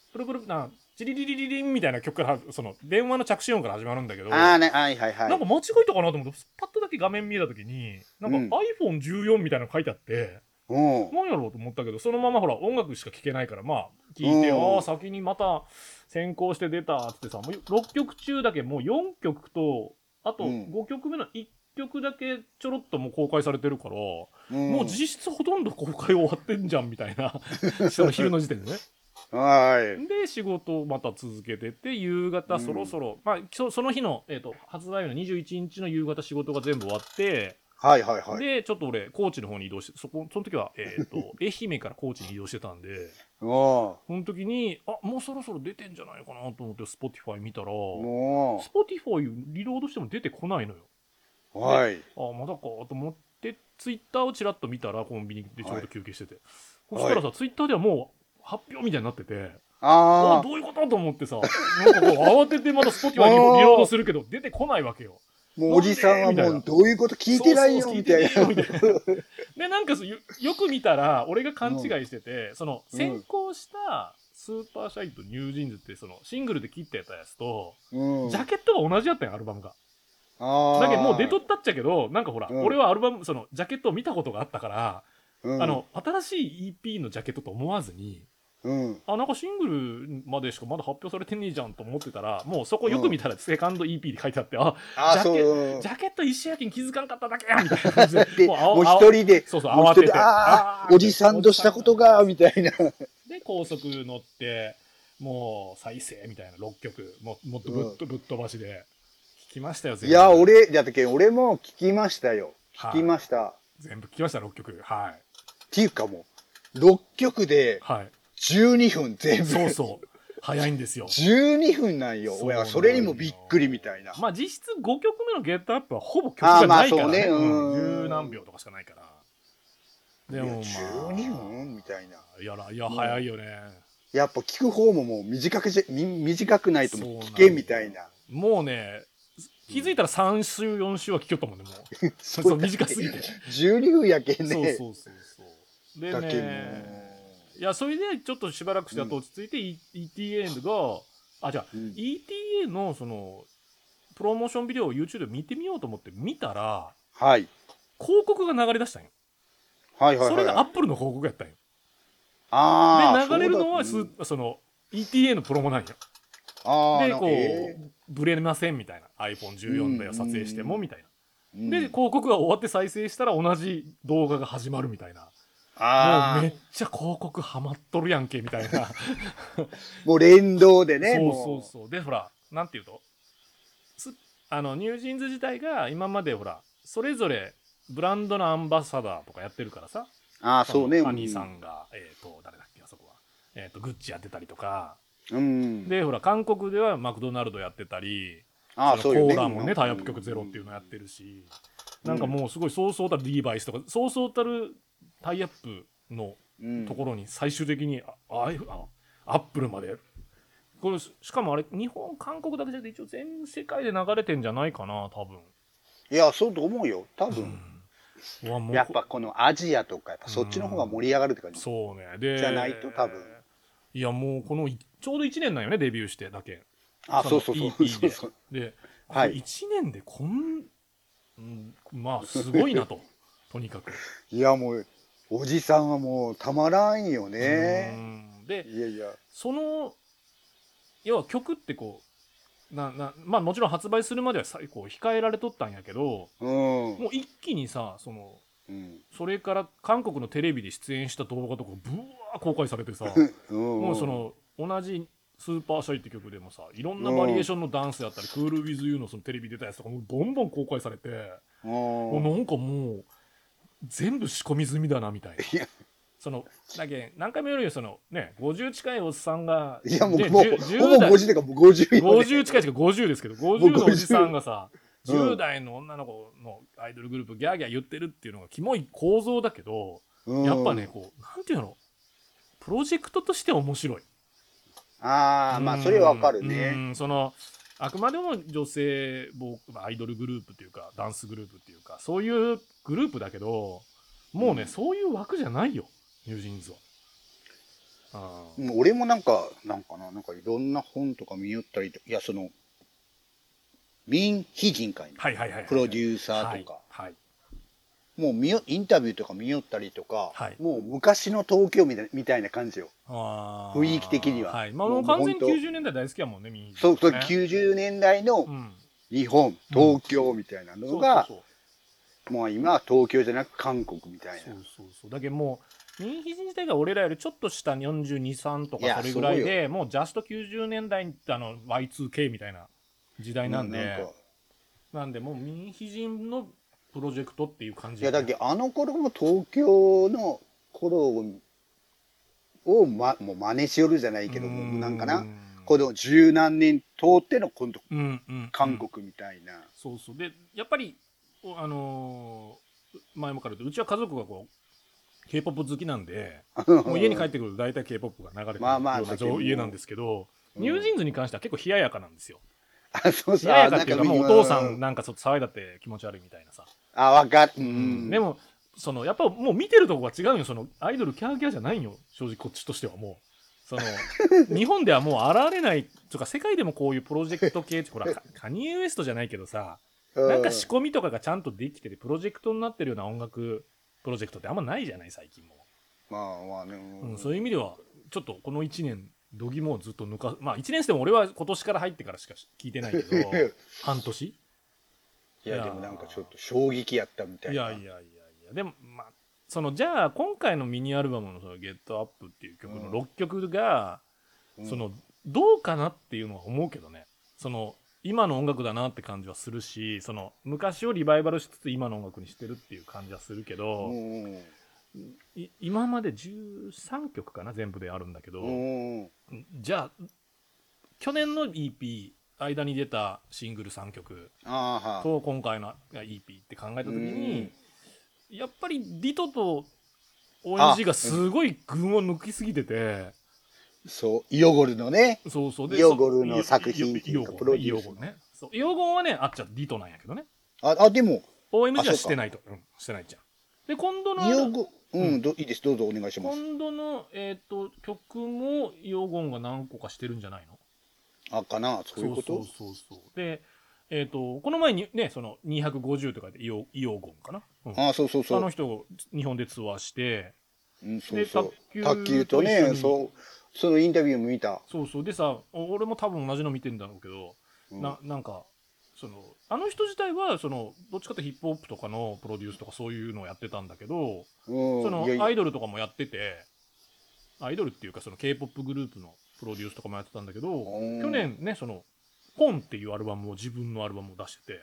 Speaker 6: う、プルプルな、チリリリリリンみたいな曲から、その、電話の着信音から始まるんだけど、
Speaker 7: ああね、はいはいはい。
Speaker 6: なんか間違えたかなと思って、パッとだけ画面見えたときに、な
Speaker 7: うんん
Speaker 6: か iPhone14 みたいなの書いてあって、
Speaker 7: うん。
Speaker 6: なんやろうと思ったけど、そのままほら、音楽しか聴けないから、まあ、聞いて、
Speaker 7: うん
Speaker 6: ああ、先にまた先行して出たっつってさ、もう6曲中だけもう4曲と、あと
Speaker 7: うん
Speaker 6: 5曲目の1曲だけちょろっともう公開されてるから、も
Speaker 7: も
Speaker 6: う実質ほとんど公開終わってんじゃんみたい
Speaker 7: *laughs*
Speaker 6: な、その昼の時点でね。
Speaker 7: はーい。
Speaker 6: で、仕事をまた続けてて、夕方そろそろ、まあ、そその日の、えっ、と、発売日の21日の夕方仕事が全部終わって、
Speaker 7: はいはいはい。
Speaker 6: で、ちょっと俺、高知の方に移動して、そこ、その時は、えっ、
Speaker 7: *laughs*
Speaker 6: と、愛媛から高知に移動してたんで、
Speaker 7: も
Speaker 6: その時に、あ、もうそろそろ出てんじゃないかなと思って、Spotify 見たら、
Speaker 7: う、も
Speaker 6: Spotify リロードしても出てこないのよ。
Speaker 7: う、はい。
Speaker 6: あ、まだかと思って、Twitter をちらっと見たら、コンビニでちょうど休憩してて。
Speaker 7: はい
Speaker 6: そしたらさ、Twitter ではもう、発表みたいになってて、あ
Speaker 7: ああ、
Speaker 6: どういうことと思ってさ、なんかこう慌ててまた Spotify にもリロードするけど、出てこないわけよ。
Speaker 7: もうおじさんは
Speaker 6: みたい
Speaker 7: も
Speaker 6: な
Speaker 7: うどういうこと聞いてないよ
Speaker 6: そうそう
Speaker 7: みたい
Speaker 6: 聞
Speaker 7: な。
Speaker 6: てないよみたいなで、なんかそうよよく見たら、俺が勘違いしてて、その、
Speaker 7: うん
Speaker 6: 先行した、スーパーシャイとニュージーンズって、その、シングルで切ってたやつと、
Speaker 7: うん
Speaker 6: ジャケットが同じやったんよ、アルバムが。
Speaker 7: あ
Speaker 6: だけど、
Speaker 7: ー
Speaker 6: もう出とったっちゃけど、なんかほら、
Speaker 7: うん
Speaker 6: 俺はアルバム、その、ジャケットを見たことがあったから、
Speaker 7: うん
Speaker 6: あの、新しい EP のジャケットと思わずに、
Speaker 7: うん。
Speaker 6: あ、なんかシングルまでしかまだ発表されてねえじゃんと思ってたら、もうそこよく見たら、セカンド EP で書いてあって、あ、
Speaker 7: ああ、
Speaker 6: ジャ
Speaker 7: そう
Speaker 6: ケ
Speaker 7: うん。
Speaker 6: ジャケット石焼きに気づかんかっただけやみたいな感じで。
Speaker 7: *laughs* で、
Speaker 6: あお
Speaker 7: もう
Speaker 6: あお
Speaker 7: 一人で、
Speaker 6: そうそう、
Speaker 7: もう
Speaker 6: 慌
Speaker 7: 一
Speaker 6: てて。
Speaker 7: 人あ
Speaker 6: あ
Speaker 7: あ、おじさんとしたことが、。みたいな。
Speaker 6: で、高速乗って、もう再生みたいな6曲、もうもっとぶっ,、ぶっ飛ばしで。聞きましたよ、全 *laughs*
Speaker 7: い
Speaker 6: 部。
Speaker 7: や、、俺、だって俺も聞きましたよ。聞きました。
Speaker 6: 全部聞きました、6曲。はい。
Speaker 7: っていうかもう、6曲で *laughs*
Speaker 6: はい。
Speaker 7: 12分全部。
Speaker 6: そうそう。早いんですよ。
Speaker 7: 12分なんよ。
Speaker 6: そうなんよ
Speaker 7: 親はそれにもびっくりみたいな。
Speaker 6: まあ実質5曲目のゲットアップはほぼ曲がないからね。
Speaker 7: あーまあそうねう
Speaker 6: ん
Speaker 7: ん
Speaker 6: 十何秒とかしかないから。で
Speaker 7: いや
Speaker 6: もまあ。
Speaker 7: 12分みたいな。
Speaker 6: いやら、いや、早いよね。
Speaker 7: やっぱ聞く方ももう短くじゃ、み短くないと
Speaker 6: そう
Speaker 7: もう
Speaker 6: なん
Speaker 7: 聞けみたいな。
Speaker 6: もうね、気づいたら3週、4週は聞きよったもんね、もう。そう *laughs*
Speaker 7: そう *laughs*
Speaker 6: 短すぎて。
Speaker 7: 12分やけん
Speaker 6: そう
Speaker 7: ね。
Speaker 6: そうそうそう。で
Speaker 7: だけ
Speaker 6: ね、
Speaker 7: も
Speaker 6: いや、それでちょっとしばらくして、あと落ち着いて、E- ETA が、あ、じゃあ、
Speaker 7: うん
Speaker 6: ETA のその、プロモーションビデオを YouTube で見てみようと思って見たら、
Speaker 7: はい。
Speaker 6: 広告が流れ出したんよ。
Speaker 7: はいはい
Speaker 6: そ
Speaker 7: は
Speaker 6: れ
Speaker 7: い。
Speaker 6: が Apple の広告やったんよ。
Speaker 7: あ
Speaker 6: で、流れるのは
Speaker 7: す
Speaker 6: す、その、ETA のプロモなんよ。
Speaker 7: あー
Speaker 6: で、
Speaker 7: なん
Speaker 6: こ
Speaker 7: かえ
Speaker 6: う、ブレませんみたいな。iPhone14 だよ、
Speaker 7: うん
Speaker 6: 撮影しても、みたいな。
Speaker 7: ーうん
Speaker 6: で、広告が終わって再生したら同じ動画が始まるみたいな。も
Speaker 7: あ
Speaker 6: うめ
Speaker 7: あ
Speaker 6: っ、ちゃ広告ハマっとるやんけ、みたいな。
Speaker 7: もう連動で *laughs* ね。
Speaker 6: そう
Speaker 7: も
Speaker 6: そうそう。で、ほら、なんていうと、すあの、ニュージーンズ自体が今までほら、それぞれブランドのアンバサダーとかやってるからさ。
Speaker 7: ああ、そうね。
Speaker 6: ハニーさ
Speaker 7: うん
Speaker 6: が、えっ、と、誰だっけ、あそこは。えっ、と、グッチやってたりとか。
Speaker 7: ん。
Speaker 6: で、ほら、韓国ではマクドナルドやってたり、
Speaker 7: ああ、
Speaker 6: そ
Speaker 7: そう
Speaker 6: の
Speaker 7: よ
Speaker 6: コ
Speaker 7: ね。
Speaker 6: ーラもね、タイアップ曲ゼロっていうのやってるし、
Speaker 7: うん
Speaker 6: なんかもうすごいそうそうたるディーバイスとか、そうそうたるタイアップの
Speaker 7: うん
Speaker 6: ところに最終的に、あ、ああアップルまで。これ、ししかもあれ、日本、韓国だけじゃなくて、一応全世界で流れてんじゃないかな、多分。
Speaker 7: いや、そうと思うよ。多分。
Speaker 6: うわもう
Speaker 7: やっぱこのアジアとか、やっぱそっちの方が盛り上がるって感じ。
Speaker 6: そうね。で、
Speaker 7: じゃないと多分。
Speaker 6: いや、もうこのい、ちょうど1年なんよね、デビューしてだけ。
Speaker 7: あ、そうそう
Speaker 6: の
Speaker 7: そう
Speaker 6: EP
Speaker 7: そう
Speaker 6: で
Speaker 7: そう。
Speaker 6: で、
Speaker 7: はい
Speaker 6: 1年でこん、うんまあ、すごい
Speaker 7: *laughs*
Speaker 6: なと、とにかく。
Speaker 7: いや、もう、おじさんはもうたまらんよ
Speaker 6: う
Speaker 7: ね。
Speaker 6: んで、
Speaker 7: いやいや。
Speaker 6: その、要は曲ってこう、ななまあ、もちろん発売するまではさこう控えられとったんやけど、
Speaker 7: うん。
Speaker 6: もう一気にさ、その、
Speaker 7: うん。
Speaker 6: それから韓国のテレビで出演した動画とか、ぶわー公開されてさ、
Speaker 7: *laughs* も
Speaker 6: もうそ、の同じ「スーパーシャイ」って曲でもさいろんなバリエーションのダンスやったり「クール・ウィズ・ユー」のそのテレビ出たやつとかもうボンボン公開されて、
Speaker 7: う
Speaker 6: もうんなんかもう全部仕込み済みだなみたいない
Speaker 7: や。
Speaker 6: そのだけ何回も言うようにそのね50近いおっさんが
Speaker 7: いや、も
Speaker 6: ね
Speaker 7: う、もう、ほぼ
Speaker 6: 10 10代
Speaker 7: 50でか、もう50よね
Speaker 6: 50近い近い50ですけど
Speaker 7: う
Speaker 6: 50の
Speaker 7: 50
Speaker 6: おじさんがさ
Speaker 7: うん
Speaker 6: 10代の女の子のアイドルグループギャーギャー言ってるっていうのがキモい構造だけど、
Speaker 7: うん
Speaker 6: やっぱねこうなんていうのプロジェクトとして面白い
Speaker 7: ああ、まあ、それはわかるね。
Speaker 6: うんそのあくまでも女性ボーまあアイドルグループというかダンスグループというかそういうグループだけどもうね、
Speaker 7: うん
Speaker 6: そういう枠じゃないよニュージーンズは。あー
Speaker 7: もう俺もなんか、なんかな、なんかいろんな本とか見よったりと、いや、その、ミン・ヒジン会の
Speaker 6: はいはいはいはい。
Speaker 7: プロデューサーとか、
Speaker 6: はい。はい
Speaker 7: もう見よインタビューとか見よったりとか、
Speaker 6: はい
Speaker 7: もう昔の東京みたいなみたいな感じよ。
Speaker 6: あー
Speaker 7: 雰囲気的には
Speaker 6: はい。まあ、
Speaker 7: も
Speaker 6: も
Speaker 7: う
Speaker 6: う完全に
Speaker 7: もう本当
Speaker 6: 90年代大好きやもんね、ミニジン
Speaker 7: そう、そう
Speaker 6: ね
Speaker 7: 90年代の
Speaker 6: うん。
Speaker 7: 日本、東京みたいなのが、
Speaker 6: そうそう
Speaker 7: もう今は東京じゃなく韓国みたい
Speaker 6: そう
Speaker 7: な。
Speaker 6: そうそうだけどもうミニヒジ自体が俺らよりちょっと下423と
Speaker 7: いや
Speaker 6: かそれぐらいでもうジャスト90年代あの Y2K みたいな時代なんで、
Speaker 7: う
Speaker 6: なん
Speaker 7: か
Speaker 6: でもうミニヒジのプロジェクトっていう感じ
Speaker 7: いやだけ
Speaker 6: け
Speaker 7: どあの頃も東京の頃をを、ま、もう真似しよるじゃないけどもなんかなこの十何年通っての今度
Speaker 6: うんうんうん
Speaker 7: 韓国みたいな、
Speaker 6: そうそうでやっぱりおあのー前もから言うとうちは家族がこう k p o p 好きなんでもう家に帰ってくると大体 k p o p が流れてる
Speaker 7: まあまあ
Speaker 6: ような
Speaker 7: 先にも
Speaker 6: 状家なんですけど、
Speaker 7: うん
Speaker 6: ニュージーンズに関しては結構冷ややかなんですよ。
Speaker 7: *laughs* あそう
Speaker 6: 冷
Speaker 7: そう
Speaker 6: や
Speaker 7: あ
Speaker 6: やかっていうか
Speaker 7: なん
Speaker 6: もうお
Speaker 7: う
Speaker 6: 父さんなんかちょっと騒いだって気持ち悪いみたいなさ、
Speaker 7: あわかる、う
Speaker 6: でもそのやっぱもう見てるとこが違うんよそのアイドルキャーキャーじゃないんよ正直こっちとしてはもう
Speaker 7: *laughs*
Speaker 6: その日本ではもう現れないとか世界でもこういうプロジェクト系ってほらカカニエ・ウエストじゃないけどさ
Speaker 7: う
Speaker 6: なんか仕込みとかがちゃんとできててプロジェクトになってるような音楽プロジェクトってあんまないじゃない最近も、
Speaker 7: まあまあね、
Speaker 6: うん、そういう意味ではちょっとこの1年度肝をずっと抜かまあ1年生も俺は今年から入ってからしか聞いてないけど
Speaker 7: *laughs*
Speaker 6: 半年
Speaker 7: いやでもなんかちょっと衝撃やったみたい
Speaker 6: い
Speaker 7: な
Speaker 6: やいやいやいやでもまあそのじゃあ今回のミニアルバムの「そのゲットアップっていう曲
Speaker 7: う
Speaker 6: の
Speaker 7: ん
Speaker 6: 6曲が、
Speaker 7: うん
Speaker 6: そのどうかなっていうのは思うけどねその今の音楽だなって感じはするしその昔をリバイバルしつつ今の音楽にしてるっていう感じはするけ
Speaker 7: う
Speaker 6: ど、
Speaker 7: んうん
Speaker 6: い今まで13曲かな全部であるんだけど、
Speaker 7: うんうん
Speaker 6: じゃあ去年の EP 間に出たシングル3曲
Speaker 7: あーはー
Speaker 6: と今回の EP って考えた時に、やっぱりリトと ONG がすごい群を抜きすぎてて、
Speaker 7: そうイオゴルのね
Speaker 6: そうそう
Speaker 7: イオゴルの作品って
Speaker 6: イ
Speaker 7: い
Speaker 6: オ
Speaker 7: うか
Speaker 6: ゴ
Speaker 7: プロデ
Speaker 6: イ
Speaker 7: ュ
Speaker 6: オ
Speaker 7: ース
Speaker 6: ゴルねそうイオゴンはねあっちゃリトなんやけどね
Speaker 7: ああでも
Speaker 6: ONG
Speaker 7: あそ
Speaker 6: は
Speaker 7: うか
Speaker 6: してないと、うん、してないじゃんで今度
Speaker 7: イオ
Speaker 6: の
Speaker 7: ゴうん、
Speaker 6: うん
Speaker 7: どいいですどうぞお願いします
Speaker 6: 今度の、えー、と曲もイオゴンが何個かしてるんじゃないの
Speaker 7: あかなそういうこと
Speaker 6: そうそうそうそうでえっ、とこの前にねその250とかでイオイオゴンかな、うん
Speaker 7: あそうそうそ
Speaker 6: あの
Speaker 7: う、
Speaker 6: 人日本でツアーして
Speaker 7: うん、そうそう
Speaker 6: で
Speaker 7: 卓
Speaker 6: 卓
Speaker 7: 球
Speaker 6: 球
Speaker 7: と
Speaker 6: と一緒
Speaker 7: ね
Speaker 6: に
Speaker 7: そうそのインタビューも見た、
Speaker 6: そうそうでさお俺も多分同じの見てんだろうけど、
Speaker 7: うん
Speaker 6: ななんかそのあの人自体はそのどっちかってヒップホップとかのプロデュースとかそういうのをやってたんだけど、
Speaker 7: うん、
Speaker 6: その
Speaker 7: いやいや
Speaker 6: アイドルとかもやっててアイドルっていうかその k p o p グループのプロデュースとかもやってたんだけど
Speaker 7: うん
Speaker 6: 去年ねそのポンっていうアルバムを自分のアルバムを出して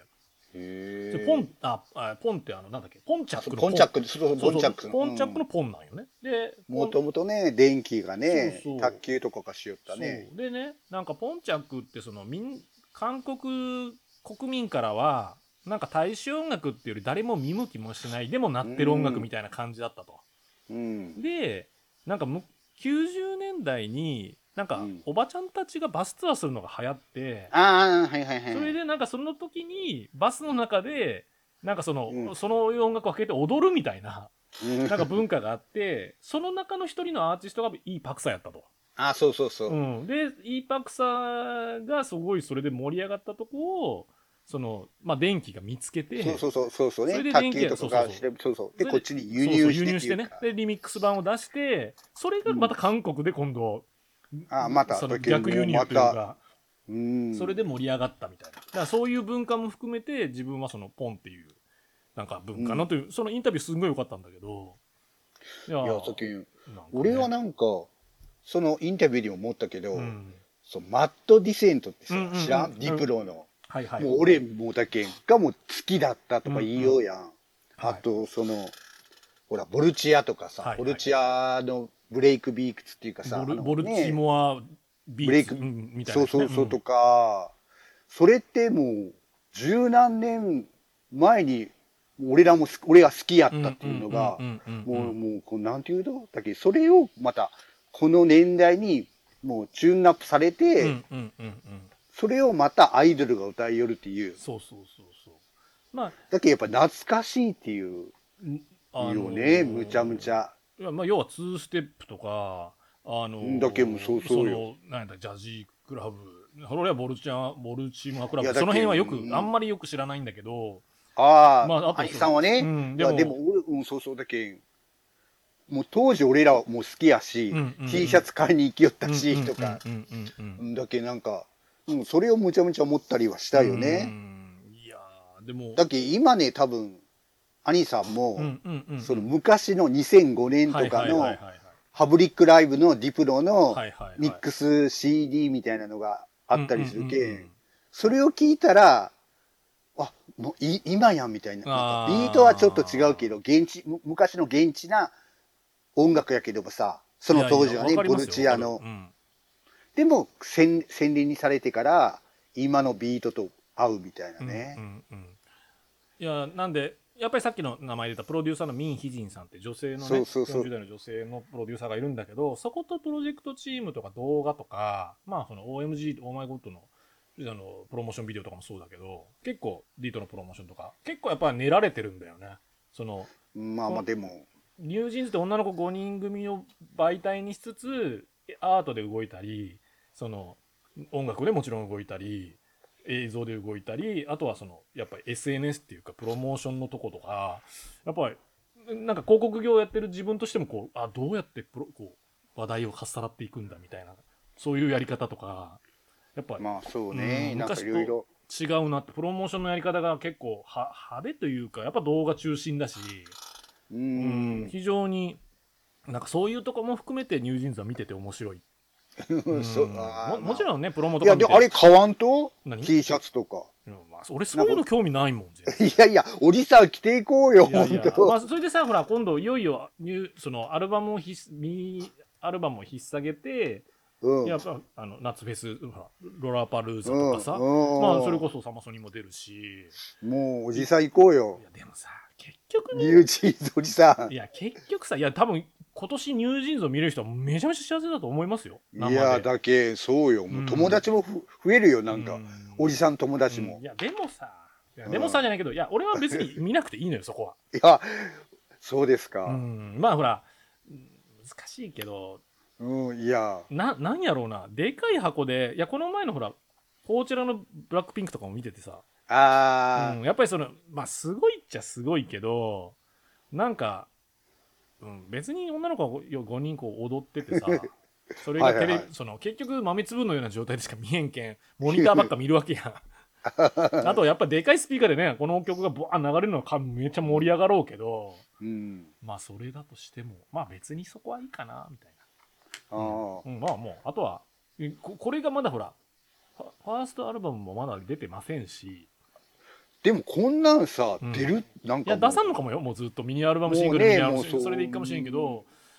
Speaker 7: へ
Speaker 6: てで
Speaker 7: ー
Speaker 6: ポンああポンってあのなんだっけポンチャックの
Speaker 7: ポンチャックそうそう
Speaker 6: そう
Speaker 7: ポンチャック
Speaker 6: そうポンチャックのポンなんよね、で
Speaker 7: もともとね電気がね
Speaker 6: そうそう
Speaker 7: 卓球とかがしよったね
Speaker 6: そうでねなんかポンチャックってそのみん韓国国民からはなんか大衆音楽っていうより誰も見向きもしないでも鳴ってる音楽みたいな感じだったと。
Speaker 7: うん
Speaker 6: でなんかむ90年代になんか
Speaker 7: うん
Speaker 6: おばちゃんたちがバスツアーするのが流行って、
Speaker 7: ああはいはいはい
Speaker 6: それでなんかその時にバスの中でなんかその、
Speaker 7: うん
Speaker 6: その音楽をかけて踊るみたいな
Speaker 7: うん
Speaker 6: なんか文化があってその中の一人のアーティストがいいパクサやったと。
Speaker 7: *laughs* あそうそうそう、
Speaker 6: うん、で e パクサがすごいそれで盛り上がったとこをその、まあ、電気が見つけて
Speaker 7: そうそうそうそうそう
Speaker 6: それ
Speaker 7: ね
Speaker 6: で
Speaker 7: 卓
Speaker 6: 電気
Speaker 7: 球とかがしてそうそう
Speaker 6: そ
Speaker 7: で
Speaker 6: れで
Speaker 7: こっちに輸
Speaker 6: そうそう
Speaker 7: 入して
Speaker 6: て
Speaker 7: っていう
Speaker 6: ね
Speaker 7: か
Speaker 6: でリミックス版を出してそれがまた韓国で今度、
Speaker 7: あまた
Speaker 6: その
Speaker 7: 時々
Speaker 6: 逆輸入という
Speaker 7: ま
Speaker 6: か、
Speaker 7: うん
Speaker 6: それで盛り上がったみたいなだからそういう文化も含めて自分はそのポンっていうなんか文化のという、そのインタビューすんごい良かったんだけどいや
Speaker 7: いやさっき
Speaker 6: なんかね
Speaker 7: 俺はなんかそのインタビューにも思ったけど、
Speaker 6: うん
Speaker 7: そうマット・ディセントってさ、
Speaker 6: うんうんうん
Speaker 7: 知らん
Speaker 6: うん
Speaker 7: ディプロの、
Speaker 6: はいはい、
Speaker 7: もう俺もうだけがもう好きだったとか言いようやん、あとそのほらボルチアとかさ、
Speaker 6: はいはい
Speaker 7: ボルチアのブレイクビークツっていうかさ
Speaker 6: ボル
Speaker 7: あの
Speaker 6: ボル
Speaker 7: ね
Speaker 6: チモアビ
Speaker 7: ブレ
Speaker 6: ー
Speaker 7: イ
Speaker 6: ツ、
Speaker 7: ク
Speaker 6: うんみたいな
Speaker 7: そ
Speaker 6: ね、
Speaker 7: うそうそうと
Speaker 6: ん
Speaker 7: か、それってもう十何年前に俺らもす俺が好きやったっていうのが、
Speaker 6: んんんんん
Speaker 7: も
Speaker 6: ん
Speaker 7: うもうこうなんていうのだっけそれをまたこの年代にもうチューンアップされて、
Speaker 6: うんうんうんうん、
Speaker 7: それをまたアイドルが歌いよるっていう
Speaker 6: そうそうそうそうまあ
Speaker 7: だけどやっぱ懐かしいっていうん
Speaker 6: あの
Speaker 7: よねむちゃむちゃ
Speaker 6: いやまあ要は2ステップとかあの
Speaker 7: んだけもそうそうよ
Speaker 6: のなんやったジャジークラブ俺はボルチャボルチーマクラブ
Speaker 7: いや
Speaker 6: そ
Speaker 7: だけ
Speaker 6: の辺
Speaker 7: ど
Speaker 6: はよく、
Speaker 7: うん
Speaker 6: あんまりよく知らないんだけど、
Speaker 7: あ、
Speaker 6: まああ
Speaker 7: あ、
Speaker 6: と
Speaker 7: 兄さんはね、
Speaker 6: うん
Speaker 7: いやでも俺、うん、そうそうだけんもう当時俺らも好きやし、
Speaker 6: うんうんうん
Speaker 7: T シャツ買いに行きよったし、とか、
Speaker 6: うんうんうんうんうん
Speaker 7: だけなんか、うん、それをむちゃむちゃ思ったりはしたよね、
Speaker 6: うんいやーでも
Speaker 7: だけ今ね多分兄さんも、
Speaker 6: うんうんうん
Speaker 7: その昔の2005年とか
Speaker 6: はいはい
Speaker 7: の
Speaker 6: はいはい
Speaker 7: ハブリックライブのディプロの
Speaker 6: はいはいはい
Speaker 7: ミックス CD みたいなのがあったりするけ、
Speaker 6: うんうんうんうん
Speaker 7: それを聞いたらあもうい今やんみたいなな
Speaker 6: あ
Speaker 7: ん
Speaker 6: ー
Speaker 7: かビートはちょっと違うけど現地む昔の現地な音楽やけどもさその当時はね
Speaker 6: いやいや
Speaker 7: ボルチアの
Speaker 6: わかりますよ
Speaker 7: でも洗洗練にされてから今のビートと合うみたいな
Speaker 6: うん
Speaker 7: ね、
Speaker 6: うんうんうんいやなんでやっぱりさっきの名前出たプロデューサーのミン・ヒジンさんって女性のね
Speaker 7: そうそうそう
Speaker 6: 40代の女性のプロデューサーがいるんだけどそことプロジェクトチームとか動画とかまあその OMG オーマイゴッドのあのプロモーションビデオとかもそうだけど結構ディートのプロモーションとか結構やっぱ練られてるんだよねその
Speaker 7: まあまあでも
Speaker 6: ニュージーンズって女の子5人組を媒体にしつつアートで動いたりその音楽でもちろん動いたり映像で動いたりあとはそのやっぱり SNS っていうかプロモーションのとことかやっぱりなんか広告業やってる自分としてもこうあどうやってプロこう話題をかっさらっていくんだみたいなそういうやり方とかやっぱ
Speaker 7: まあそうね、
Speaker 6: うん
Speaker 7: なんかいろいろ
Speaker 6: 違うなってプロモーションのやり方が結構は派手というかやっぱ動画中心だし。
Speaker 7: う
Speaker 6: うん
Speaker 7: ん *laughs*
Speaker 6: 非常になんかそういうとこも含めてニュージーンズは見てて面白い、
Speaker 7: そう
Speaker 6: うん
Speaker 7: あー
Speaker 6: も
Speaker 7: まあ
Speaker 6: もちろんねプロモと
Speaker 7: い
Speaker 6: か
Speaker 7: や
Speaker 6: 見て
Speaker 7: であれ買わんと
Speaker 6: 何
Speaker 7: T シャツとか。
Speaker 6: うんまあ、俺そういうの興味ないもん全然
Speaker 7: *laughs* いやいや、おじさん着ていこうよ、
Speaker 6: いやい
Speaker 7: 本
Speaker 6: や
Speaker 7: 当。
Speaker 6: まあ、それでさほら今度いよいよニューそのアルバムをひっミニアルバムを引っ提げて、
Speaker 7: うん。
Speaker 6: やっぱあの夏フェスほらロラパルーザとかさ、
Speaker 7: うんうん
Speaker 6: まあ、それこそサマソニも出るし
Speaker 7: もうおじさん行こうよ
Speaker 6: い。やでもさ結局
Speaker 7: ニ
Speaker 6: ね
Speaker 7: ュージーンズおじさん。
Speaker 6: い
Speaker 7: い
Speaker 6: や結局さいや多分今年ニュージーンズを見れる人はめちゃめちゃ幸せだと思いますよ生で
Speaker 7: や、だけ、そうよ。もう友達もふ増えるよ、なん
Speaker 6: う
Speaker 7: か
Speaker 6: ん。
Speaker 7: おじさん友達
Speaker 6: う
Speaker 7: も
Speaker 6: んい。やでもさいやでもさじゃないけど、いや俺は別
Speaker 7: *laughs*
Speaker 6: に見なくていいのよそこ
Speaker 7: いや、そうです
Speaker 6: は、
Speaker 7: か。
Speaker 6: うん、まあほらうん難しいけど
Speaker 7: うん、いや。
Speaker 6: ななんやろうなでかい箱でいやこの前のほらこちらのブラックピンクとかも見ててさ、う
Speaker 7: あ
Speaker 6: ん、やっぱりそのまあすごいっちゃすごいけどなんか、うん、別に女の子が5人こう踊ってて
Speaker 7: *laughs*
Speaker 6: さそれがテレ
Speaker 7: はいはいはい
Speaker 6: その結局豆粒のような状態でしか見えんけんモニターばっか見るわけや
Speaker 7: *laughs*
Speaker 6: んあとやっぱでかいスピーカーでね、この曲がボーン流れるのはかめっちゃ盛り上がろうけど、
Speaker 7: ー。うん。
Speaker 6: まあそれだとしても、まあ別にそこはいいかな、みたい
Speaker 7: ああ
Speaker 6: な。うん、まあもう、あとは、えここれがまだほら、ファファーストアルバムもまだ出てませんし、
Speaker 7: でもこんなんさ
Speaker 6: うん、
Speaker 7: 出るなん
Speaker 6: い
Speaker 7: か
Speaker 6: や
Speaker 7: もう。
Speaker 6: 出さんのかもよ、もうずっとミニアルバムシングル、
Speaker 7: もう
Speaker 6: ミ
Speaker 7: ね
Speaker 6: ニアルバ
Speaker 7: も
Speaker 6: ムシ
Speaker 7: う
Speaker 6: ング
Speaker 7: そう
Speaker 6: ル、それでいいかもしれんけど、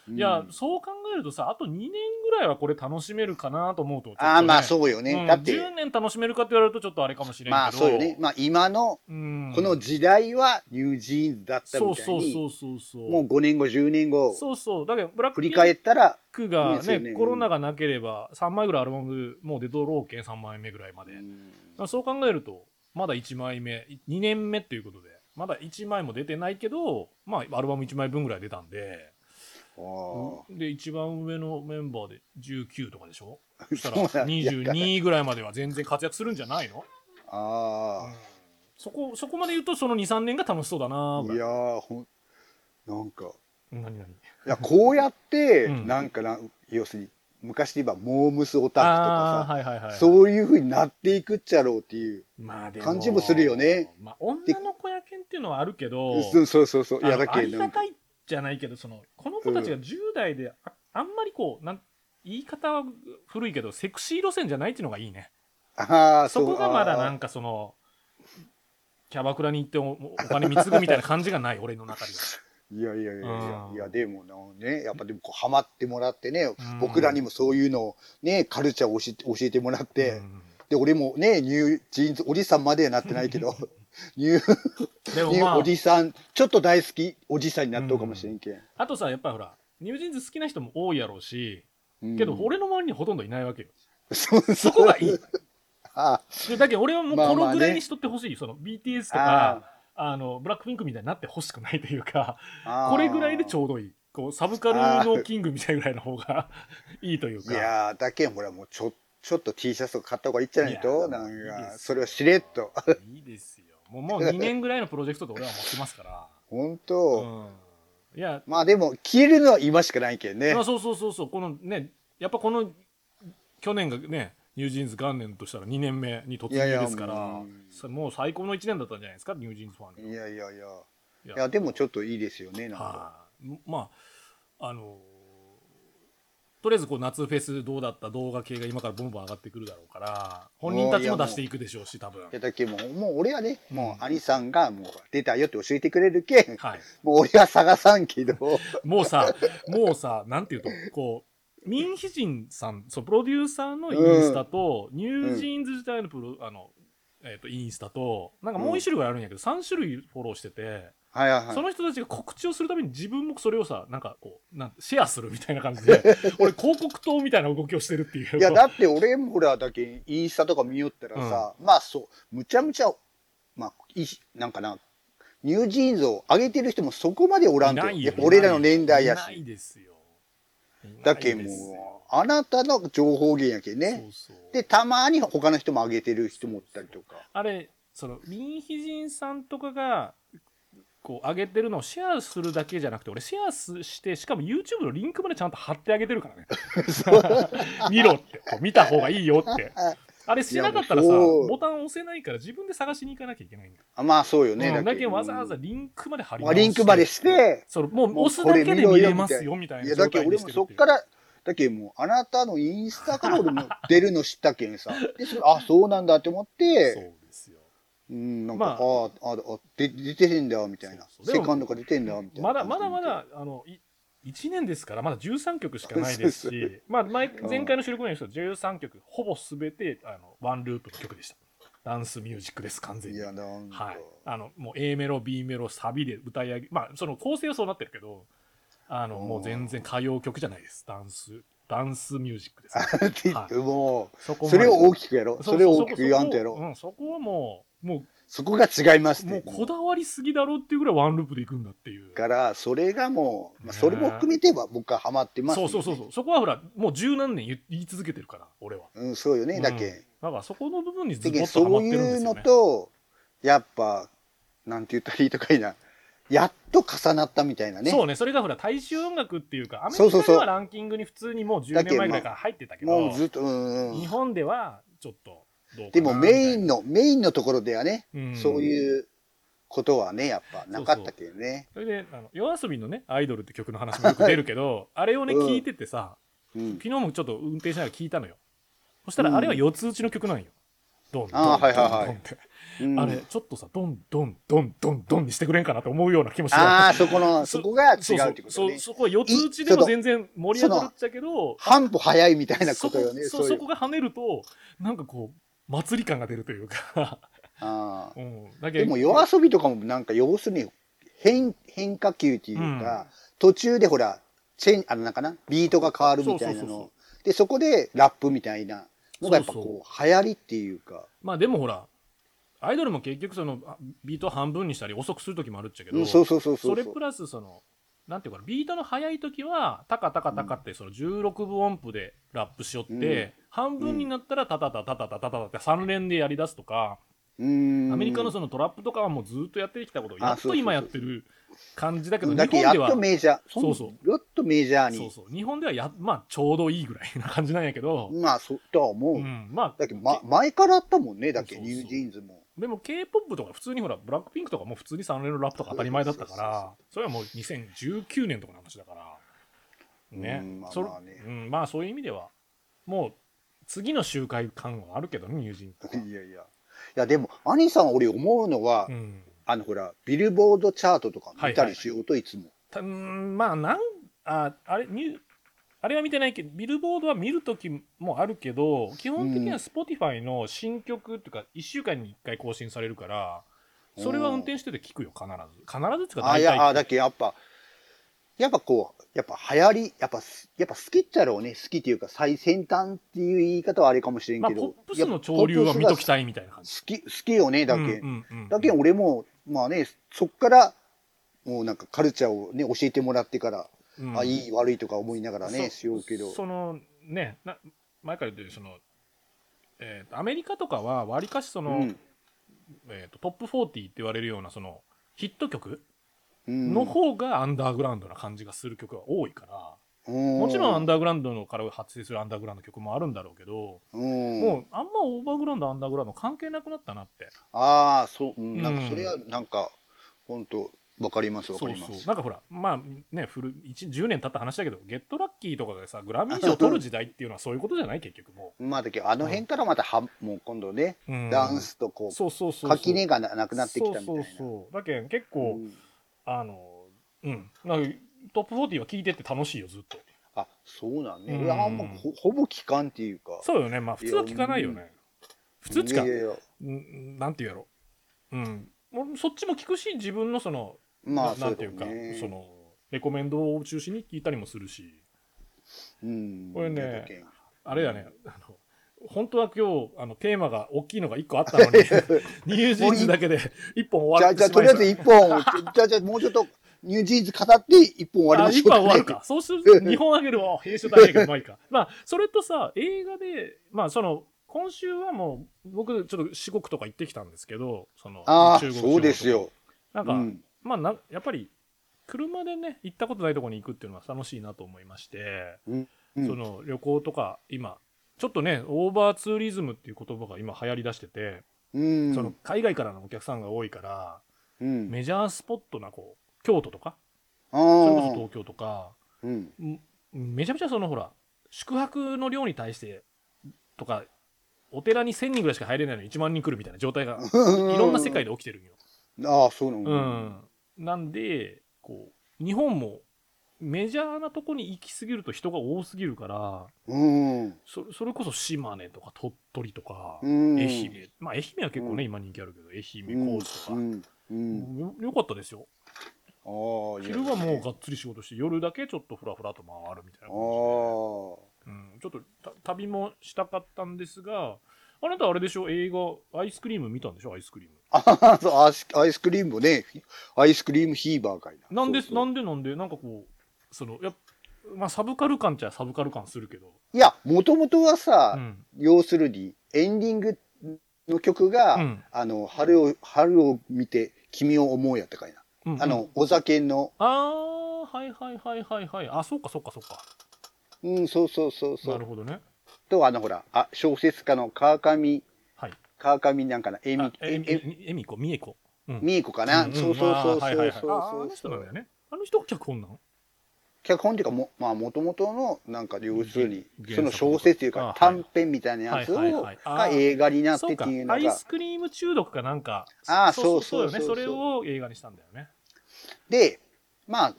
Speaker 7: うん
Speaker 6: いや、そう考えるとさ、あと2年ぐらいはこれ楽しめるかなと思うと、ちょっとね
Speaker 7: ああ、まあそうよ
Speaker 6: う
Speaker 7: ね。
Speaker 6: ん
Speaker 7: だっ
Speaker 6: 10
Speaker 7: て、
Speaker 6: 年楽しめるかって言われるとちょっとあれかもしれんけど、
Speaker 7: まあそうよね。まあ今の、
Speaker 6: うん
Speaker 7: この時代はニュージーンズだった
Speaker 6: そ
Speaker 7: み
Speaker 6: う
Speaker 7: たい
Speaker 6: そうそ
Speaker 7: に、
Speaker 6: うそうそう。
Speaker 7: もう5年後、10年後、
Speaker 6: そうそう。だけど、ブラック
Speaker 7: 振
Speaker 6: ピ
Speaker 7: り
Speaker 6: ン
Speaker 7: 返ったら、
Speaker 6: クが
Speaker 7: いいです
Speaker 6: ね
Speaker 7: よね
Speaker 6: コロナがなければ3枚ぐらいアルバムもう出とろうけん3枚目ぐらいまで、だからそう考えるとまだ1枚目2年目ということでまだ1枚も出てないけどまあアルバム1枚分ぐらい出たんで
Speaker 7: ああ。
Speaker 6: で一番上のメンバーで19とかでしょそした
Speaker 7: そう
Speaker 6: ら
Speaker 7: なんや
Speaker 6: 22ぐらいまでは全然活躍するんじゃないの
Speaker 7: あ
Speaker 6: そこそこまで言うとその23年が楽しそうだな
Speaker 7: あ、
Speaker 6: ぐら
Speaker 7: いやーほんなんか
Speaker 6: 何何
Speaker 7: いやこうやって、
Speaker 6: うん
Speaker 7: なんかな要するに昔で言えばモームスオタクと
Speaker 6: あ
Speaker 7: か
Speaker 6: あ
Speaker 7: さ、
Speaker 6: はいはいはいはい
Speaker 7: そういうふうになっていくっちゃろうっていう、
Speaker 6: まあでも
Speaker 7: 感じもするよね。
Speaker 6: まあ、女の子やけんっていうのはあるけど、
Speaker 7: そうそうそうそうい
Speaker 6: あ
Speaker 7: や
Speaker 6: の
Speaker 7: だ
Speaker 6: あ
Speaker 7: け
Speaker 6: り
Speaker 7: どな
Speaker 6: が
Speaker 7: んか
Speaker 6: たいじゃないけど、そのこの子たちが10代でああんまりこうなん言い方は古いけどセクシー路線じゃないっていうのがいいね。
Speaker 7: あー
Speaker 6: そうこがまだな
Speaker 7: あ
Speaker 6: んかそのキャバクラに行っておお金貢ぐみたいな感じが
Speaker 7: *laughs*
Speaker 6: ない俺の中では。
Speaker 7: ーいやいやいやいや
Speaker 6: うん
Speaker 7: いやでもなねやっぱでもこうハマってもらってね、
Speaker 6: ん
Speaker 7: 僕らにもそういうのをねカルチャーを教えて教えてもらって、
Speaker 6: うん
Speaker 7: で俺もねニュージーンズおじさんまではなってないけど *laughs* ニュー
Speaker 6: でも
Speaker 7: ニュ
Speaker 6: ま
Speaker 7: ー
Speaker 6: あ
Speaker 7: おじさんちょっと大好きおじさんになっとうかもしれんけん、
Speaker 6: あとさやっぱりほらニュージーンズ好きな人も多いやろうし、
Speaker 7: うん
Speaker 6: けど俺の周りにほとんどいないわけよ。
Speaker 7: そう
Speaker 6: そこがいい。
Speaker 7: あ
Speaker 6: でだけど俺はもう
Speaker 7: まあ
Speaker 6: こ
Speaker 7: まあ
Speaker 6: の
Speaker 7: ね
Speaker 6: ぐらいにしとってほしい、その BTS とかあのブラックピンクみたいになってほしくないというか
Speaker 7: あ
Speaker 6: これぐらいでちょうどいいこうサブカルのキングみたいぐらいの方が *laughs* いいという
Speaker 7: い
Speaker 6: か。
Speaker 7: やーだけんほらもうちょちょっと T シャツとか買った方がいいんじゃない
Speaker 6: いや
Speaker 7: と
Speaker 6: ー
Speaker 7: なん
Speaker 6: いいで
Speaker 7: か
Speaker 6: す
Speaker 7: それをしれっと
Speaker 6: いいですよ。もうもう2年ぐらいのプロジェクトで俺は持ってますから。
Speaker 7: 本
Speaker 6: う
Speaker 7: 当、
Speaker 6: ん。いや、
Speaker 7: まあでも消えるのは今しかないけんね
Speaker 6: まあ、そうそうそうそうこのねやっぱこの去年がねニュージーンズ元年としたら2年目に突入
Speaker 7: いやいや
Speaker 6: ですから
Speaker 7: もう
Speaker 6: さもう最高の1年だったんじゃないですかニュージーンズファン
Speaker 7: い
Speaker 6: には
Speaker 7: やいやいや
Speaker 6: い
Speaker 7: いやでもちょっといいですよねなんか
Speaker 6: はいまああのとりあえずこう夏フェスどうだった動画系が今からボンボン上がってくるだろうから本人たちも出していくでしょうし多分
Speaker 7: いやだけんもうもう俺はねもう兄さんがもう出たよって教えてくれるけん、
Speaker 6: はい
Speaker 7: もう俺は探さんけど
Speaker 6: もうさ、もうさ、なんていうと、こう、民ヒ人さん、そう、プロデューサーのインスタと、ニュージーンズ自体のプロ、あの、えっ、と、インスタと、なんかもう一種類があるんやけど、三3種類フォローしてて、
Speaker 7: はいはいはい
Speaker 6: その人たちが告知をするために自分もそれをさ、なんかこう、なんシェアするみたいな感
Speaker 7: *laughs*
Speaker 6: じで、俺広告塔みたいな動きをしてるっていう。
Speaker 7: いやだって俺もほらだけインスタとか見よったらさ、まあそうむちゃむちゃまあいなんかなニュージーンズを上げてる人もそこまでおらんと
Speaker 6: ないよ
Speaker 7: 俺らの年代や
Speaker 6: いない
Speaker 7: し
Speaker 6: ですよ。いな
Speaker 7: だ
Speaker 6: いで
Speaker 7: け
Speaker 6: すよ
Speaker 7: もうあなたの情報源やけね
Speaker 6: そうそう
Speaker 7: でたまに他の人も上げてる人もおったりとか
Speaker 6: あれ、その、ミンヒジンさんとかが、こう、上げてるのをシェアするだけじゃなくて、俺、シェアすして、しかも YouTube のリンクまでちゃんと貼ってあげてるから
Speaker 7: *laughs*
Speaker 6: ね。見ろって、こう見た方がいいよって。あれしなかったらさ、
Speaker 7: いやもうそう
Speaker 6: ボタン押せないから自分で探しに行かなきゃいけないんだ。
Speaker 7: あまあそうよね、
Speaker 6: ね、だ
Speaker 7: け
Speaker 6: けどわざわざリンクまで貼り
Speaker 7: まあ
Speaker 6: 直
Speaker 7: リンクまでして
Speaker 6: そのもう
Speaker 7: もう
Speaker 6: 押すだけで
Speaker 7: こ
Speaker 6: 見
Speaker 7: れ見ろよ
Speaker 6: れますよみたい
Speaker 7: い
Speaker 6: な
Speaker 7: や
Speaker 6: 状
Speaker 7: だけ
Speaker 6: 態
Speaker 7: 俺
Speaker 6: にしてる
Speaker 7: も
Speaker 6: っていう。
Speaker 7: そっからだけもうあなたのインスタから俺も出るの知ったけん
Speaker 6: *laughs*
Speaker 7: さでそれあそうなんだって思って
Speaker 6: そうですよ。
Speaker 7: うん、なんか、
Speaker 6: まあ
Speaker 7: あーあー、あ、で、出てへんだよ、みたいな。
Speaker 6: そうそうでも
Speaker 7: セカンドが出てんだよ、みたいな。
Speaker 6: まだまだま。だあのい1年ですからまだ13曲しかないです
Speaker 7: *laughs* そう
Speaker 6: し、まあ、前
Speaker 7: ん
Speaker 6: 前回の収録の人は13曲ほぼ全てあのワンループの曲でしたダンスミュージックです完全
Speaker 7: い
Speaker 6: に
Speaker 7: や、なんか。
Speaker 6: はいあのもう A メロ B メロサビで歌い上げまあその構成はそうなってるけどあの
Speaker 7: うん
Speaker 6: もう全然歌謡曲じゃないですダンスダンスミュージックです
Speaker 7: って言って、も
Speaker 6: そこ
Speaker 7: う、
Speaker 6: ま
Speaker 7: そ
Speaker 6: で
Speaker 7: れを大きくやろ。
Speaker 6: う
Speaker 7: それを
Speaker 6: う
Speaker 7: 大きく言わんとや
Speaker 6: そこ
Speaker 7: ろ。
Speaker 6: うん、そこはもうも
Speaker 7: そこが違いま
Speaker 6: う
Speaker 7: す
Speaker 6: も
Speaker 7: っ
Speaker 6: う
Speaker 7: て。
Speaker 6: こだわりすぎだろうっていうぐらいワンループでいくんだっていう
Speaker 7: から、それがもう、まあ、それも含めては僕はハマってます、
Speaker 6: そうそうそうそう。そこはほら、もう十何年言言い続けてるから、俺は。
Speaker 7: うん、そうよね、だ
Speaker 6: うん
Speaker 7: け。
Speaker 6: だからそこの部分にず
Speaker 7: だ
Speaker 6: っと
Speaker 7: け、
Speaker 6: ハマ
Speaker 7: そ
Speaker 6: っ
Speaker 7: う
Speaker 6: て
Speaker 7: い
Speaker 6: るんで
Speaker 7: う
Speaker 6: すよ
Speaker 7: の
Speaker 6: ね。
Speaker 7: と、やっぱ、なんて言ったらいいとかいいな。やっと重なったみたいなね。
Speaker 6: そうね、それがほら、大衆音楽っていうか、アメ
Speaker 7: そう
Speaker 6: リ
Speaker 7: そう
Speaker 6: カで
Speaker 7: そう
Speaker 6: はランキングに普通にもう10
Speaker 7: だけ
Speaker 6: 年前ぐらいから入ってたけ
Speaker 7: も
Speaker 6: ど
Speaker 7: う、ずっと、うん、う
Speaker 6: 日
Speaker 7: ん。
Speaker 6: 本ではちょっとどうかなみた
Speaker 7: で
Speaker 6: いな。
Speaker 7: も、メインの、メインのところではね、
Speaker 6: うん
Speaker 7: そういうことはね、やっぱなかったけどね。
Speaker 6: それで、あの夜遊びのね、アイドルって曲の話もよく出るけど、あれをね、
Speaker 7: *laughs* うん
Speaker 6: 聞いててさ、
Speaker 7: うん
Speaker 6: 昨日もちょっと運転しながら聞いたのよ。そしたら、あれは四つ打ちの曲なんよ。ドン、ドン、ド
Speaker 7: あ
Speaker 6: ン、
Speaker 7: ー
Speaker 6: ドン
Speaker 7: はいはいは
Speaker 6: っ
Speaker 7: い
Speaker 6: て。
Speaker 7: うん
Speaker 6: あれ、ちょっとさ、ドン、ドン、ドン、ドン、ドンにしてくれんかなと思うような気もしてた
Speaker 7: あー、そこの、
Speaker 6: そ
Speaker 7: そ
Speaker 6: *laughs*
Speaker 7: こが違
Speaker 6: そうそう
Speaker 7: うってこと
Speaker 6: そう
Speaker 7: ね。
Speaker 6: そこは四つ打ちでも全然盛り上がっちゃうけど、
Speaker 7: 半歩早いみたいなこ
Speaker 6: そ
Speaker 7: と
Speaker 6: こ
Speaker 7: よね。
Speaker 6: そう
Speaker 7: そうい
Speaker 6: そうこ。が跳ねると、なんかこう、祭り感が出るというか、 *laughs*
Speaker 7: あー
Speaker 6: うん、だけ
Speaker 7: でも夜遊びとかもなんか要するに変変化球っていうか、途中でほら、チェン、あのなんかな、ビートが変わるみたいな
Speaker 6: そうそうそう
Speaker 7: の。で、そこでラップみたいなのがやっぱ
Speaker 6: そう
Speaker 7: こう、流行りっていうか、
Speaker 6: まあでもほら、アイドルも結局そのあビートを半分にしたり遅くする時もあるっちゃけど、
Speaker 7: うんそうそうそうそう
Speaker 6: それプラスその、なんていうかな、ビートの速い時は、タカタカタカってその16分音符でラップしよって、
Speaker 7: うん
Speaker 6: 半分になったらタタタタタタタタタって3連でやり出すとか、
Speaker 7: うーん。
Speaker 6: アメリカのそのトラップとかはもうずっとやってきたことをやっ
Speaker 7: あそうそう
Speaker 6: と
Speaker 7: そう
Speaker 6: 今やってる感じだけど、
Speaker 7: だ
Speaker 6: 日
Speaker 7: け
Speaker 6: 本
Speaker 7: やっ
Speaker 6: では
Speaker 7: と、メジャー、。
Speaker 6: そうそう
Speaker 7: やっとメジャー
Speaker 6: そう
Speaker 7: に。
Speaker 6: そう、日本ではや、まあちょうどいいぐらいな感じなんやけど、
Speaker 7: まあ、そう、とは思う。
Speaker 6: うん、まあ
Speaker 7: だけど、ま、前からあったもんね、だけ
Speaker 6: そ
Speaker 7: ど、
Speaker 6: うそ
Speaker 7: ニ
Speaker 6: うそう
Speaker 7: ュージーンズも。 *laughs*
Speaker 6: でも K-POP とか普通にほら、ブラックピンクとかもう普通に3連のラップとか当たり前だったから、それはもう2019年とかの話だから、ね。
Speaker 7: うんまあ
Speaker 6: それ
Speaker 7: まあね
Speaker 6: うん、まあそういう意味では、もう次の集会感はあるけどね、友人とか。
Speaker 7: いやいや。いや、でも、アニさん、俺思うのは、
Speaker 6: うん。
Speaker 7: あの、ほら、ビルボードチャートとか見たりしようと、いつも。
Speaker 6: たうんまあなんああれニューあれは見てないけどビルボードは見る時もあるけど基本的には
Speaker 7: うん
Speaker 6: Spotify の新曲っていうか1週間に1回更新されるからそれは運転してて聞くよ必ず必ずっていうか
Speaker 7: あ、
Speaker 6: 大
Speaker 7: いや、あ、だ
Speaker 6: 体
Speaker 7: けどやっぱ、やっぱこう、やっぱ流行り、やっぱす、やっぱ好きっちゃろうね。好きっていうか、最先端っていう言い方はあれかもしれん
Speaker 6: まあ
Speaker 7: け
Speaker 6: ポ
Speaker 7: ど。
Speaker 6: ップスの潮流は見ときたいみたいな感じ
Speaker 7: 好き、好きよね、だけ。
Speaker 6: うんうんうん
Speaker 7: だけど俺も、まあね、そっから、もうなんかカルチャーをね、教えてもらってから、
Speaker 6: うん
Speaker 7: あいい悪いとか思いながらね
Speaker 6: そ
Speaker 7: しようけど
Speaker 6: そのねな前から言ってるその、えーとアメリカとかはわりかしその、
Speaker 7: うん
Speaker 6: えーとトップ40って言われるようなそのヒット曲
Speaker 7: うん
Speaker 6: の方がアンダーグラウンドな感じがする曲が多いから、も
Speaker 7: も
Speaker 6: ちろんアンダーグラウンドのから発生するアンダーグラウンドの曲もあるんだろうけど、も
Speaker 7: も
Speaker 6: うあんまオーバーグラウンドアンダーグラウンド関係なくなったなって
Speaker 7: ああそううんなん
Speaker 6: う
Speaker 7: か
Speaker 6: ん
Speaker 7: それはなんか本当わかりますわか
Speaker 6: そう
Speaker 7: りま
Speaker 6: そう
Speaker 7: す
Speaker 6: なんかほらまあね古い一10年経った話だけどゲットラッキーとかでさグラミー賞取る時代っていうのはそういうことじゃない結局も
Speaker 7: まあだけどあの辺からまたはもう今度ね
Speaker 6: う、うん
Speaker 7: ダンスとこ
Speaker 6: そうそうそうう
Speaker 7: 垣根がななくなってきたみたい
Speaker 6: そう
Speaker 7: な
Speaker 6: そうそうだけん結構、
Speaker 7: うん
Speaker 6: あのうんなんかトップ40は聞いてて楽しいよずっと
Speaker 7: あそうなんね
Speaker 6: うん
Speaker 7: 俺はあんまほほぼ聞かんっていうか
Speaker 6: そうよねまあ普通は聞かないよね普通っちか
Speaker 7: いやいやいや
Speaker 6: うんなんて言うやろうんもうそっちも聞くし自分のその
Speaker 7: まあ
Speaker 6: なな
Speaker 7: そ
Speaker 6: ん
Speaker 7: う
Speaker 6: て
Speaker 7: だ
Speaker 6: い
Speaker 7: よ
Speaker 6: うか
Speaker 7: ね
Speaker 6: そのレコメンドを中心に聞いたりもするし
Speaker 7: うん
Speaker 6: これね
Speaker 7: だけ
Speaker 6: あれだね、あの、本当は今日、あの、テーマが大きいのが1個あっ
Speaker 7: *laughs*
Speaker 6: たのに、ニュージーンズだけで1本終
Speaker 7: じゃ
Speaker 6: わっ
Speaker 7: あ
Speaker 6: て
Speaker 7: じゃあ
Speaker 6: し
Speaker 7: と
Speaker 6: まい
Speaker 7: りあ
Speaker 6: ま
Speaker 7: えず
Speaker 6: し
Speaker 7: 一本 *laughs* じゃあじゃあもうちょっとニュージーンズ語って一本終わ
Speaker 6: た。
Speaker 7: り
Speaker 6: あ、
Speaker 7: ましょ
Speaker 6: 1
Speaker 7: うか
Speaker 6: 本
Speaker 7: ね
Speaker 6: 終わる
Speaker 7: *laughs*
Speaker 6: か。そうすると2本あげるわ。編集大変やけど、まあいいか。まあ、それとさ、映画で、まあその、今週はもう、僕、ちょっと四国とか行ってきたんですけど、その、
Speaker 7: ああ
Speaker 6: 中国
Speaker 7: そうです。よ
Speaker 6: 中国とか
Speaker 7: う
Speaker 6: なんか、
Speaker 7: ん
Speaker 6: まあな、やっぱり、車でね、行ったことないところに行くっていうのは楽しいなと思いまして、
Speaker 7: うん
Speaker 6: その旅行とか今、ちょっとね、オーバーツーリズムっていう言葉が今流行りだしてて、
Speaker 7: うん
Speaker 6: その海外からのお客さんが多いから、
Speaker 7: うん
Speaker 6: メジャースポットなこう京都とか、
Speaker 7: あ
Speaker 6: それこそ
Speaker 7: ー
Speaker 6: 東京とか、
Speaker 7: うん
Speaker 6: んめちゃめちゃそのほら、宿泊の量に対してとか、お寺に1000人ぐらいしか入れないのに1万人来るみたいな状態が、いろんな世界で起きてるんよ。
Speaker 7: ああそうなの
Speaker 6: うん。なんで、こう、日本もメジャーなとこに行きすぎると人が多すぎるから、
Speaker 7: うん
Speaker 6: そそれこそ島根とか鳥取とか、
Speaker 7: うん
Speaker 6: 愛媛まあ愛媛は結構ね、
Speaker 7: うん
Speaker 6: 今人気あるけど愛
Speaker 7: うん
Speaker 6: 媛高知とか、
Speaker 7: うん
Speaker 6: よよかったですよ
Speaker 7: ああいや
Speaker 6: 昼はもうがっつり仕事して夜だけちょっとふらふらと回るみたいな感
Speaker 7: あ
Speaker 6: じで、うん、ちょっとた旅もしたかったんですがあなたあれでしょ映画アイスクリーム見たんでしょアイスクリーム
Speaker 7: あそうアイスアイスクリームも *laughs* ねアイスクリームヒーバーかいな
Speaker 6: なんです
Speaker 7: そうそう
Speaker 6: なんでなんでなんかこうそのやっまあサブカル感っちゃサブカル感するけど、
Speaker 7: いやもともとはさ、
Speaker 6: うん
Speaker 7: 要するにエンディングの曲が、
Speaker 6: うん
Speaker 7: あの春を春を見て君を思うやったかいな、
Speaker 6: うんうん
Speaker 7: あのお酒の
Speaker 6: あーはいはいはいはいはいあそうかそうかそうか
Speaker 7: うんそうそうそうそ
Speaker 6: な
Speaker 7: う
Speaker 6: るほどね
Speaker 7: とあのほらあ小説家の川上
Speaker 6: はい
Speaker 7: 川上なんかなえみ
Speaker 6: あえ
Speaker 7: え
Speaker 6: み
Speaker 7: え
Speaker 6: えみこみえこうん
Speaker 7: みえこかな、
Speaker 6: んん
Speaker 7: そうそうそう
Speaker 6: あーはいはい
Speaker 7: そう
Speaker 6: はいあーあ
Speaker 7: そう
Speaker 6: の人
Speaker 7: そ
Speaker 6: なんだよ
Speaker 7: う
Speaker 6: ねあの人が脚本なの
Speaker 7: 脚本っていうかもまあ元々のなんか要するに
Speaker 6: 原
Speaker 7: その小説という
Speaker 6: 原
Speaker 7: か
Speaker 6: 作と
Speaker 7: 短編みたいなやつを、
Speaker 6: はいはいはいあー
Speaker 7: が映画になって
Speaker 6: そう
Speaker 7: って
Speaker 6: か
Speaker 7: いうの
Speaker 6: アイ
Speaker 7: が
Speaker 6: スクリーム中毒かなんか
Speaker 7: あー
Speaker 6: そう
Speaker 7: そ
Speaker 6: そうう
Speaker 7: そ
Speaker 6: そううよね
Speaker 7: そう
Speaker 6: それを映画にしたんだよね
Speaker 7: でまあ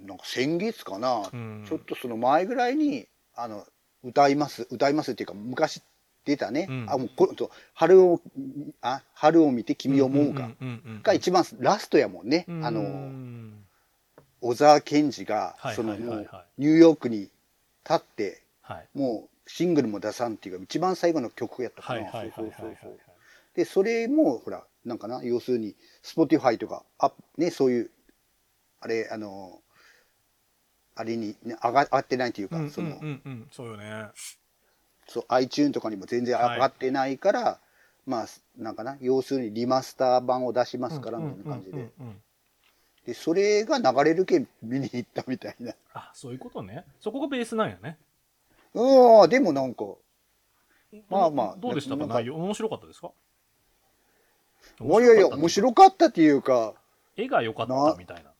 Speaker 7: なんか先月かな、
Speaker 6: うん
Speaker 7: ちょっとその前ぐらいにあの歌います歌いますっていうか昔出たね、
Speaker 6: うん
Speaker 7: あもうこそう春をあ春を見て君を思うか、
Speaker 6: んんうん
Speaker 7: が一番ラストやもんね、
Speaker 6: うん
Speaker 7: あ
Speaker 6: う
Speaker 7: の
Speaker 6: ん
Speaker 7: 小沢健二が
Speaker 6: はい
Speaker 7: その
Speaker 6: はい
Speaker 7: も
Speaker 6: はいうはい
Speaker 7: ニューヨークに立って
Speaker 6: はい
Speaker 7: もうシングルも出さんっていうか一番最後の曲やったか
Speaker 6: はい
Speaker 7: な、
Speaker 6: はいはいはい
Speaker 7: そうそう
Speaker 6: は
Speaker 7: そうそう
Speaker 6: い
Speaker 7: でそれもほらなんかな要するに Spotify とかあねそういうあれあのあれに、ね、上が上がってないというか、
Speaker 6: うんうん
Speaker 7: その、
Speaker 6: うんうんそうよね
Speaker 7: そう iTune とかにも全然上
Speaker 6: はい
Speaker 7: がってないから、まあなんかな要するにリマスター版を出しますからみたいな感じで、
Speaker 6: うんうんうんうん
Speaker 7: でそれが流れるけん見に行ったみたい
Speaker 6: *laughs*
Speaker 7: な
Speaker 6: あそういうことねそこがベースなんやね
Speaker 7: うんでもなんかまあまあ
Speaker 6: どうでしたか
Speaker 7: なんか
Speaker 6: 内容面白かったですか
Speaker 7: いやいや面
Speaker 6: かっ
Speaker 7: 白かったっていうか
Speaker 6: た絵が良かったみたいな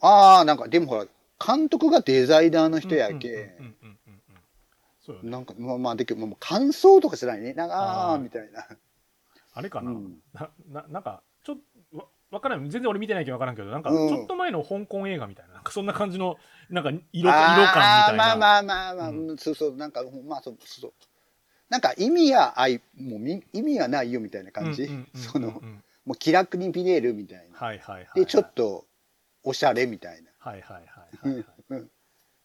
Speaker 7: ああなんかでもほら監督がデザイナーの人やけ、
Speaker 6: うんうんうんうんうんそうよね
Speaker 7: なんか、まあまあ、できる、まあ、感想とかじゃないね。なんか、ああ
Speaker 6: あ
Speaker 7: ー、
Speaker 6: ー
Speaker 7: みたいな。
Speaker 6: あれかな、
Speaker 7: うん
Speaker 6: なななんかちょっとわわからん全然俺見てないけどわからんけどなんかち
Speaker 7: うん
Speaker 6: ょっと前の香港映画みたいななんかそんな感じのなんか色色感み
Speaker 7: あ
Speaker 6: た
Speaker 7: ー
Speaker 6: いな、
Speaker 7: まあまあまあまあ、
Speaker 6: うん
Speaker 7: うんそうそう、なんか、まあ、そうそうそう。なんか、意味や愛、もうみ意味はないよ、みたいな感じ
Speaker 6: うんうんうん。うん
Speaker 7: その、
Speaker 6: うんうん
Speaker 7: もう気楽に見れる、みたいな。
Speaker 6: はいはいはいはい
Speaker 7: で、ちょっと、おしゃれ、みたいな。
Speaker 6: はいはいはいはい、はい、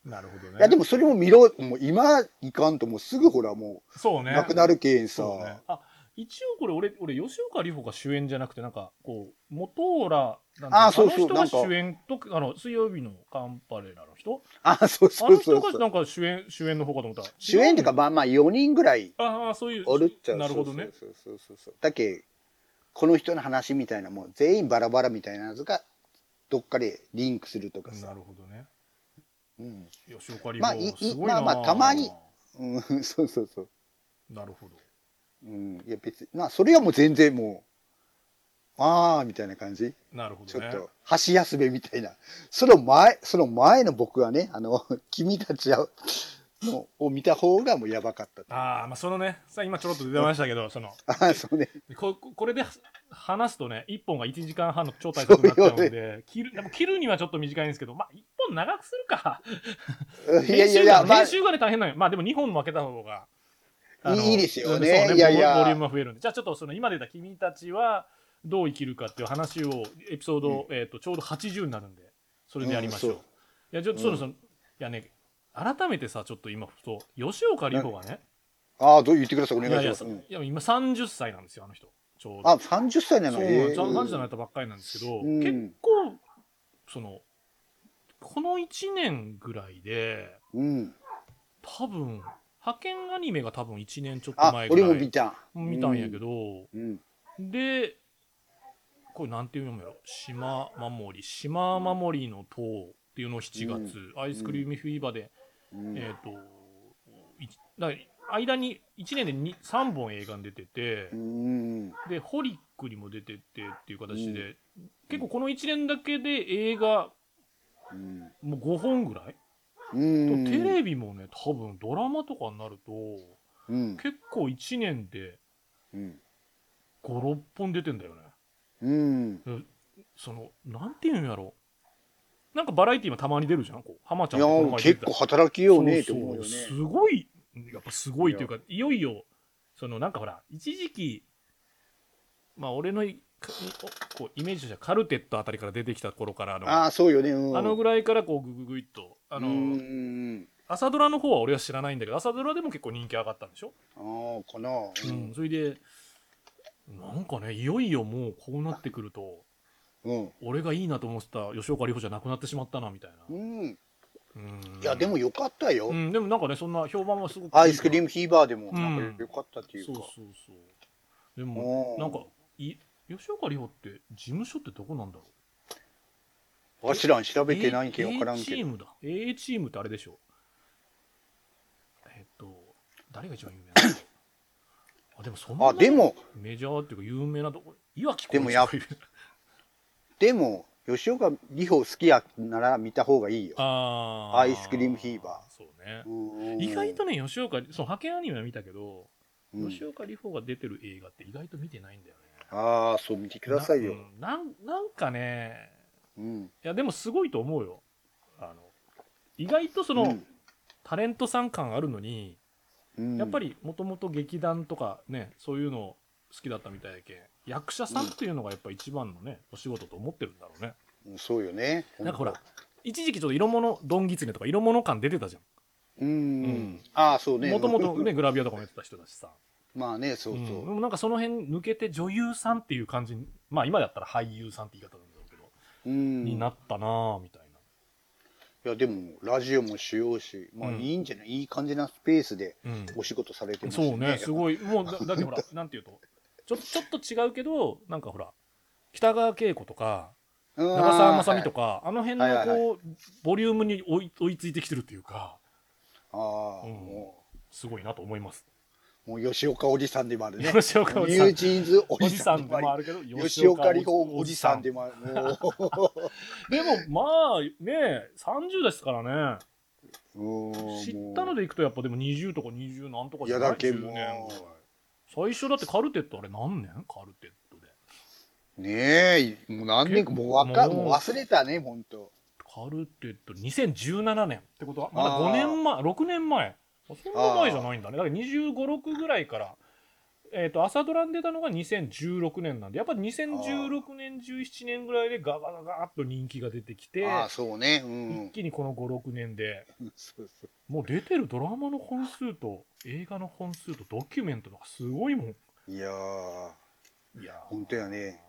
Speaker 6: なるほどね
Speaker 7: いや、でも、それも見ろ、もう今、いかんと、もうすぐ、ほら、も
Speaker 6: そう
Speaker 7: う、
Speaker 6: ね
Speaker 7: なくなるけんさ。
Speaker 6: そうねあ一応これ俺、俺、吉岡里帆が主演じゃなくて、なんか、こう、元浦なんて
Speaker 7: あーそうそう
Speaker 6: あ
Speaker 7: な
Speaker 6: の
Speaker 7: んか
Speaker 6: 人が主演と、あの、水曜日のカンパレラの人
Speaker 7: あ、そう
Speaker 6: あ
Speaker 7: そ
Speaker 6: の
Speaker 7: うそ
Speaker 6: 人
Speaker 7: う
Speaker 6: が
Speaker 7: そう。
Speaker 6: なんか主演、主演の方かと思ったら。
Speaker 7: 主演っていうか、
Speaker 6: 違う
Speaker 7: まあまあ4人ぐらい
Speaker 6: の、ああ、そういう。
Speaker 7: おるっちゃう
Speaker 6: なるほどね。
Speaker 7: そうそうそうそうだけこの人の話みたいなもう全員バラバラみたいなやつがどっかでリンクするとか
Speaker 6: な
Speaker 7: さ
Speaker 6: る、ほどね。
Speaker 7: うん
Speaker 6: 吉岡里
Speaker 7: まあい
Speaker 6: 帆、
Speaker 7: い
Speaker 6: すごいな。
Speaker 7: まあまあたまにうん、 *laughs* そうそうそう、
Speaker 6: なるほど。
Speaker 7: うん、いや別にまあそれはもう全然もうああみたいな感じ
Speaker 6: なるほ
Speaker 7: ちょ
Speaker 6: どね。
Speaker 7: っと箸休めみたいなその前その前の僕はねあの *laughs* 君たちはのを見た方がもうやばかった
Speaker 6: ああ、まあそのね、さあ今ちょろっと出てましたけど、その、
Speaker 7: ああそうね
Speaker 6: こここれで話すとね、1本が1時間半の超大作になっちゃうの
Speaker 7: そうよ
Speaker 6: で、切る、でも切るにはちょっと短いんですけど、まあ1本長くするか。
Speaker 7: うんい
Speaker 6: 編
Speaker 7: やいや
Speaker 6: 集
Speaker 7: いや
Speaker 6: が、
Speaker 7: まあ
Speaker 6: 編集がね大変なのよ。まあでも2本負けた方が。あの
Speaker 7: いいですよね
Speaker 6: そう
Speaker 7: いやいや
Speaker 6: ボリボリュームが増えるんで。じゃあちょっとその今出た君たちはどう生きるかっていう話を、エピソード、えっ、と、ちょうど80になるんで、それでやりましょう。
Speaker 7: うん
Speaker 6: い
Speaker 7: そう
Speaker 6: や、ちょっとその、そのいやね、改めてさ、ちょっと今、ふと、吉岡里帆がね、
Speaker 7: ああどう言ってくださいお
Speaker 6: い
Speaker 7: 願い
Speaker 6: やいや、
Speaker 7: します
Speaker 6: そ
Speaker 7: うん
Speaker 6: いや今30歳なんですよ、あの人。ちょうど。
Speaker 7: あ、三十歳な
Speaker 6: そ
Speaker 7: の
Speaker 6: う、
Speaker 7: えー
Speaker 6: ちゃん30歳になったばっかりなんですけど、
Speaker 7: うん
Speaker 6: 結構、その、この1年ぐらいで、
Speaker 7: うん。
Speaker 6: 多分、派遣アニメが多分1年ちょっと
Speaker 7: あ
Speaker 6: 前、ぐ
Speaker 7: 俺
Speaker 6: らい
Speaker 7: も見た。
Speaker 6: 見たんやけど、
Speaker 7: うん。
Speaker 6: で、これなんていうのやろ、島守り、島守りの塔っていうのを7月、アイスクリームフィーバーで、
Speaker 7: うん。
Speaker 6: えっ、と、いだから間に1年でに3本映画に出てて、
Speaker 7: うん。
Speaker 6: で、ホリックにも出てってっていう形で、結構この1年だけで映画
Speaker 7: うん。
Speaker 6: もう5本ぐらい、
Speaker 7: うん。
Speaker 6: とテレビもね、多分ドラマとかになると、
Speaker 7: うん。
Speaker 6: 結構1年で
Speaker 7: うん。
Speaker 6: 5、6本出てんだよね。
Speaker 7: うん。
Speaker 6: その、なんていうんやろ。なんかバラエティーもたまに出るじゃん、こう。浜ち
Speaker 7: い
Speaker 6: ゃん
Speaker 7: や
Speaker 6: とこの前出
Speaker 7: 結
Speaker 6: てた
Speaker 7: 構働きようねっ
Speaker 6: そ
Speaker 7: て
Speaker 6: うそう
Speaker 7: 思うよね。
Speaker 6: すごい、やっぱすごいというか、いよいよ、そのなんかほら、一時期、まあ俺のいかおこうイメージとしてはカルテットあたりから出てきた頃からの、
Speaker 7: ああ、そうよね。うん。
Speaker 6: あのぐらいからこうグググイっと、あの、
Speaker 7: うん。
Speaker 6: 朝ドラの方は俺は知らないんだけど、朝ドラでも結構人気上がったんでしょ、
Speaker 7: ああ、かな。
Speaker 6: うん、それで、なんかね、いよいよもうこうなってくると、
Speaker 7: うん。
Speaker 6: 俺がいいなと思ってた吉岡里帆じゃなくなってしまったな、みたいな。
Speaker 7: うん。
Speaker 6: うん
Speaker 7: いや、でも、よかったよ
Speaker 6: う。ん、でもなんかね、そんな評判はすごくいいから
Speaker 7: アイスクリームフィーバーでも、なんかよかったっていう
Speaker 6: そう
Speaker 7: か
Speaker 6: そう。そう。でも、なんか、い吉岡里帆って、事務所ってどこなんだろう
Speaker 7: わしらん調べてないけんわからん
Speaker 6: A チ
Speaker 7: け
Speaker 6: ー
Speaker 7: ど。
Speaker 6: ムだ。A チームってあれでしょえっと、誰が一番有名なの
Speaker 7: *coughs*
Speaker 6: あ、でもそんな
Speaker 7: あ、でも、
Speaker 6: メジャーっていうか有名なとこ、岩城
Speaker 7: でもやっでも、吉岡里帆好きやなら見た方がいいよ。
Speaker 6: *laughs* あ
Speaker 7: アイスクリームフィーバ
Speaker 6: ー。そうね
Speaker 7: う。ん
Speaker 6: 意外とね、吉岡、その派遣アニメは見たけど、
Speaker 7: うん
Speaker 6: 吉岡里帆が出てる映画って意外と見てないんだよね。
Speaker 7: ああ、そう見てくださいよ。
Speaker 6: なうんなんなんかね
Speaker 7: うん。
Speaker 6: いやでもすごいと思うよあの意外とその、タレントさん感あるのに、
Speaker 7: うん
Speaker 6: やっぱ、りもともと劇団とかねそういうの好きだったみたいやけん役者さんっていうのがやっぱ一番のね、お仕事と思ってるんだろうね
Speaker 7: うんそうよね。
Speaker 6: なんかほら一時期ちょっと色物ドンギツネとか色物感出てたじ
Speaker 7: うん。
Speaker 6: うん
Speaker 7: ああ、そう
Speaker 6: ゃ
Speaker 7: ね。
Speaker 6: んもともとねグラビアとかもやってた人だしさ
Speaker 7: まあね、そう
Speaker 6: うんで
Speaker 7: そう。
Speaker 6: もなんかその辺抜けて女優さんっていう感じにまあ今だったら俳優さんって言い方なんだろうけど、
Speaker 7: うん。
Speaker 6: にないったなぁみたいな
Speaker 7: や、でも、ラジオもしようし、まあ
Speaker 6: うん
Speaker 7: いいんじゃないいい感じなスペースで
Speaker 6: うん
Speaker 7: お仕事されてます
Speaker 6: そうね、す
Speaker 7: い。
Speaker 6: ごい。もうだ、だってほら、なんていうと、ちょちょっと違うけど、なんかほら、北川景子とか、
Speaker 7: 長
Speaker 6: 長澤まさみと。か、あの辺のこう、
Speaker 7: はいはい
Speaker 6: ボリュームに追い追いついてきてるっていうか、
Speaker 7: ああ、
Speaker 6: うん
Speaker 7: も
Speaker 6: すごいなと思います。
Speaker 7: う、もう吉岡おじさんでもあるね。
Speaker 6: 吉岡お
Speaker 7: ニ
Speaker 6: じ
Speaker 7: ュ
Speaker 6: さ
Speaker 7: ー
Speaker 6: ん。
Speaker 7: ジーンズお
Speaker 6: お
Speaker 7: じ
Speaker 6: じ
Speaker 7: さ
Speaker 6: さ
Speaker 7: ん
Speaker 6: ん
Speaker 7: で
Speaker 6: で
Speaker 7: も
Speaker 6: も
Speaker 7: あ
Speaker 6: あ
Speaker 7: る。
Speaker 6: るけど、
Speaker 7: 吉岡里帆おじさんでもある。も
Speaker 6: でも、まあ、ね、30ですからね。
Speaker 7: ううん
Speaker 6: 知ったのでいくと、やっぱでも20とか20なんとか
Speaker 7: い
Speaker 6: じ
Speaker 7: や
Speaker 6: ゃない
Speaker 7: だけ
Speaker 6: 10年
Speaker 7: も
Speaker 6: ぐらい最初だってカルテット、あれ何年カルテットで。
Speaker 7: うねえもう何年かもうわか
Speaker 6: 結構
Speaker 7: もう忘れたね本当
Speaker 6: カルテット2017年ってことはまだ
Speaker 7: あ
Speaker 6: 5
Speaker 7: ー
Speaker 6: 年前6年前そんな前じゃないんだねだから2 5 6ぐらいから、えー、と朝ドラに出たのが2016年なんでやっぱ2016年17年ぐらいでガガガガーっと人気が出てきて
Speaker 7: ああそうねう
Speaker 6: 一 *laughs*
Speaker 7: ん
Speaker 6: 気にこの56年で
Speaker 7: そうそう
Speaker 6: もう出てるドラマの本数と映画の本数とドキュメントのがすごいもん
Speaker 7: いやー
Speaker 6: いやー
Speaker 7: 本当やね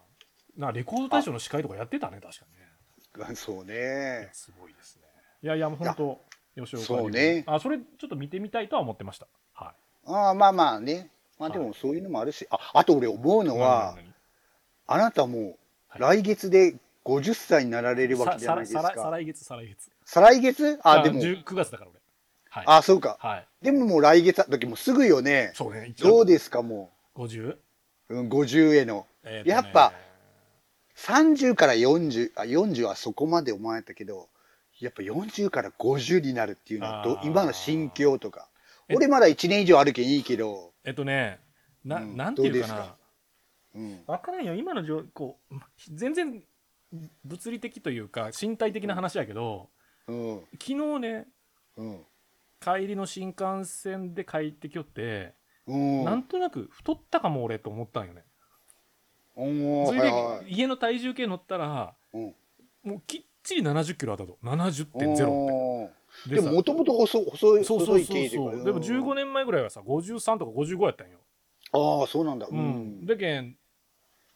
Speaker 6: なレコード大賞の司会とかやってたね確かにね
Speaker 7: *laughs* そう
Speaker 6: い
Speaker 7: ね
Speaker 6: やすごいですねいやいやもう本当吉岡
Speaker 7: そうね
Speaker 6: 里帆あそれちょっと見てみたいとは思ってましたは
Speaker 7: ああまあまあねまあで
Speaker 6: は
Speaker 7: もそういうのもあるし、ああと俺思う
Speaker 6: い
Speaker 7: のは、
Speaker 6: 何々
Speaker 7: あなたもう
Speaker 6: は
Speaker 7: 来月で50歳になられるわけじゃないです
Speaker 6: ささらさ。
Speaker 7: から
Speaker 6: 来月再来月
Speaker 7: 再来月あ、でも、
Speaker 6: 9月だから俺はい
Speaker 7: あ、そうか。
Speaker 6: はい
Speaker 7: でももう来月だ時もうすぐよね。
Speaker 6: そうね一応
Speaker 7: どうですかも
Speaker 6: 50?
Speaker 7: う、うん、50への。
Speaker 6: えーとね
Speaker 7: やっぱ30から40、あ、40はそこまで思われたけど、やっぱ40から50になるっていうのはど
Speaker 6: あ、ー
Speaker 7: 今の心境とか。
Speaker 6: え
Speaker 7: 俺まだ1年以上あるけんいいけど、
Speaker 6: えっとねな,、
Speaker 7: うん
Speaker 6: ん、なんていうか
Speaker 7: ど
Speaker 6: な
Speaker 7: うですかうん。
Speaker 6: わからんよ今の状こう全然物理的というか身体的な話やけど、
Speaker 7: うん。
Speaker 6: 昨日ね
Speaker 7: うん。
Speaker 6: 帰りの新幹線で帰ってきよって、
Speaker 7: うん。
Speaker 6: なんとなく太ったかも俺と思ったんよね、
Speaker 7: うん
Speaker 6: そ
Speaker 7: はい
Speaker 6: れで
Speaker 7: はい。
Speaker 6: 家の体重計乗ったら
Speaker 7: うん
Speaker 6: もうきっちり70キロあったと70.0って
Speaker 7: うん
Speaker 6: で
Speaker 7: で
Speaker 6: さ
Speaker 7: ももともと細い、細い、
Speaker 6: そうそ
Speaker 7: 細
Speaker 6: う
Speaker 7: い
Speaker 6: そう
Speaker 7: 系で
Speaker 6: そうでも15
Speaker 7: 年。
Speaker 6: 年前ぐらいはさ53とか55やったんよ、
Speaker 7: ああ、そうなんだ。
Speaker 6: う
Speaker 7: う
Speaker 6: ん、
Speaker 7: ん。
Speaker 6: だけん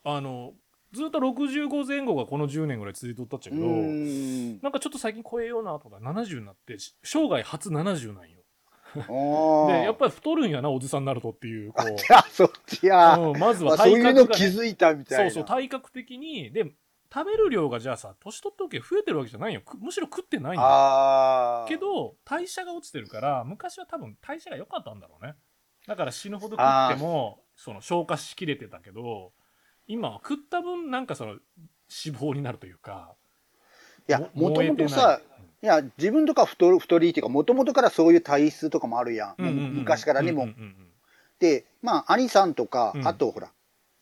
Speaker 6: あのずっと65前後がこの10年ぐらい続いとったっちゃけど、
Speaker 7: うん。
Speaker 6: なんかちょっと最近超えようなとか70になってし生涯初70なんよ
Speaker 7: あ
Speaker 6: *laughs*
Speaker 7: あ。
Speaker 6: でやっぱり太るんやなおじさんになるとっていうこう
Speaker 7: あ、そっちや。
Speaker 6: うん、まず
Speaker 7: まあ
Speaker 6: は
Speaker 7: そう
Speaker 6: 体
Speaker 7: いうの
Speaker 6: 格が
Speaker 7: 気
Speaker 6: ね、
Speaker 7: づいたみたい
Speaker 6: そう
Speaker 7: な。
Speaker 6: そう体格的にで食べる量がじゃあさ年取っておけ増えてるわけじゃないよくむしろ食ってないんだ
Speaker 7: ああ。
Speaker 6: け、ど代謝が落ちてるから昔は多分代謝が良かったんだろうねだから死ぬほど食ってもその消化しきれてたけど今は食った分なんかその脂肪になるというか
Speaker 7: い
Speaker 6: い
Speaker 7: や、もともとさ、いや、自分とか太る、太りっていうか、もともとからそういう体質とかもあるやん。もう昔からね、もう。で、まあ、兄さんとか
Speaker 6: う、ん
Speaker 7: あとほら、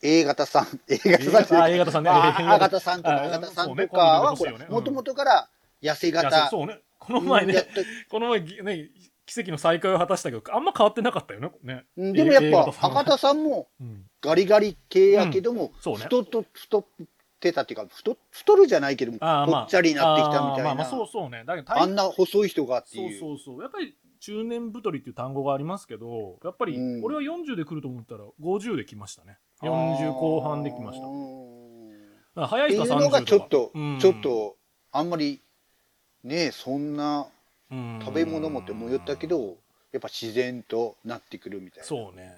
Speaker 7: A 型さん、A 型さんっていう
Speaker 6: あ
Speaker 7: か
Speaker 6: あ、A 型さんね。
Speaker 7: ああ型さんとか、
Speaker 6: あ
Speaker 7: A 型さ
Speaker 6: そ
Speaker 7: ん
Speaker 6: うね
Speaker 7: とかは、
Speaker 6: コ
Speaker 7: ほ
Speaker 6: ンビニの欲し
Speaker 7: ら、
Speaker 6: いよね
Speaker 7: もともとから痩せ
Speaker 6: いや
Speaker 7: 型。
Speaker 6: そうそうね。この前
Speaker 7: やっ
Speaker 6: ね、
Speaker 7: と
Speaker 6: この前ぎね、奇跡の再会を果たしたけど、あんま変わってなかったよね。ね
Speaker 7: うんでもや
Speaker 6: A- A
Speaker 7: っ
Speaker 6: 型
Speaker 7: ぱ、
Speaker 6: さんは
Speaker 7: 赤田さんも
Speaker 6: うん
Speaker 7: ガリガリ系やけども、
Speaker 6: そうね。
Speaker 7: 太っと太ってたっていうか太太るじゃないけどもぽ
Speaker 6: あーまあ
Speaker 7: っちゃりになってきたみた
Speaker 6: あ
Speaker 7: いな
Speaker 6: ーま
Speaker 7: あ,、
Speaker 6: あまあそうそうね。だけど
Speaker 7: んな細い人がって
Speaker 6: そう
Speaker 7: いう
Speaker 6: そうそう。やっぱり中年太りっていう単語がありますけど、やっぱり
Speaker 7: うん
Speaker 6: 俺は40で来ると思ったら50で来ましたね。40後半で来ました。だ
Speaker 7: あ
Speaker 6: か
Speaker 7: ー
Speaker 6: ら早
Speaker 7: って
Speaker 6: い
Speaker 7: い
Speaker 6: 人
Speaker 7: う
Speaker 6: は
Speaker 7: のが
Speaker 6: 30
Speaker 7: ちょ
Speaker 6: とか。
Speaker 7: っと、
Speaker 6: うん
Speaker 7: ちょっとあんまりねえそんな
Speaker 6: うん
Speaker 7: 食べ物もって思いったけどやっぱ自然となってくるみたいな
Speaker 6: そうね。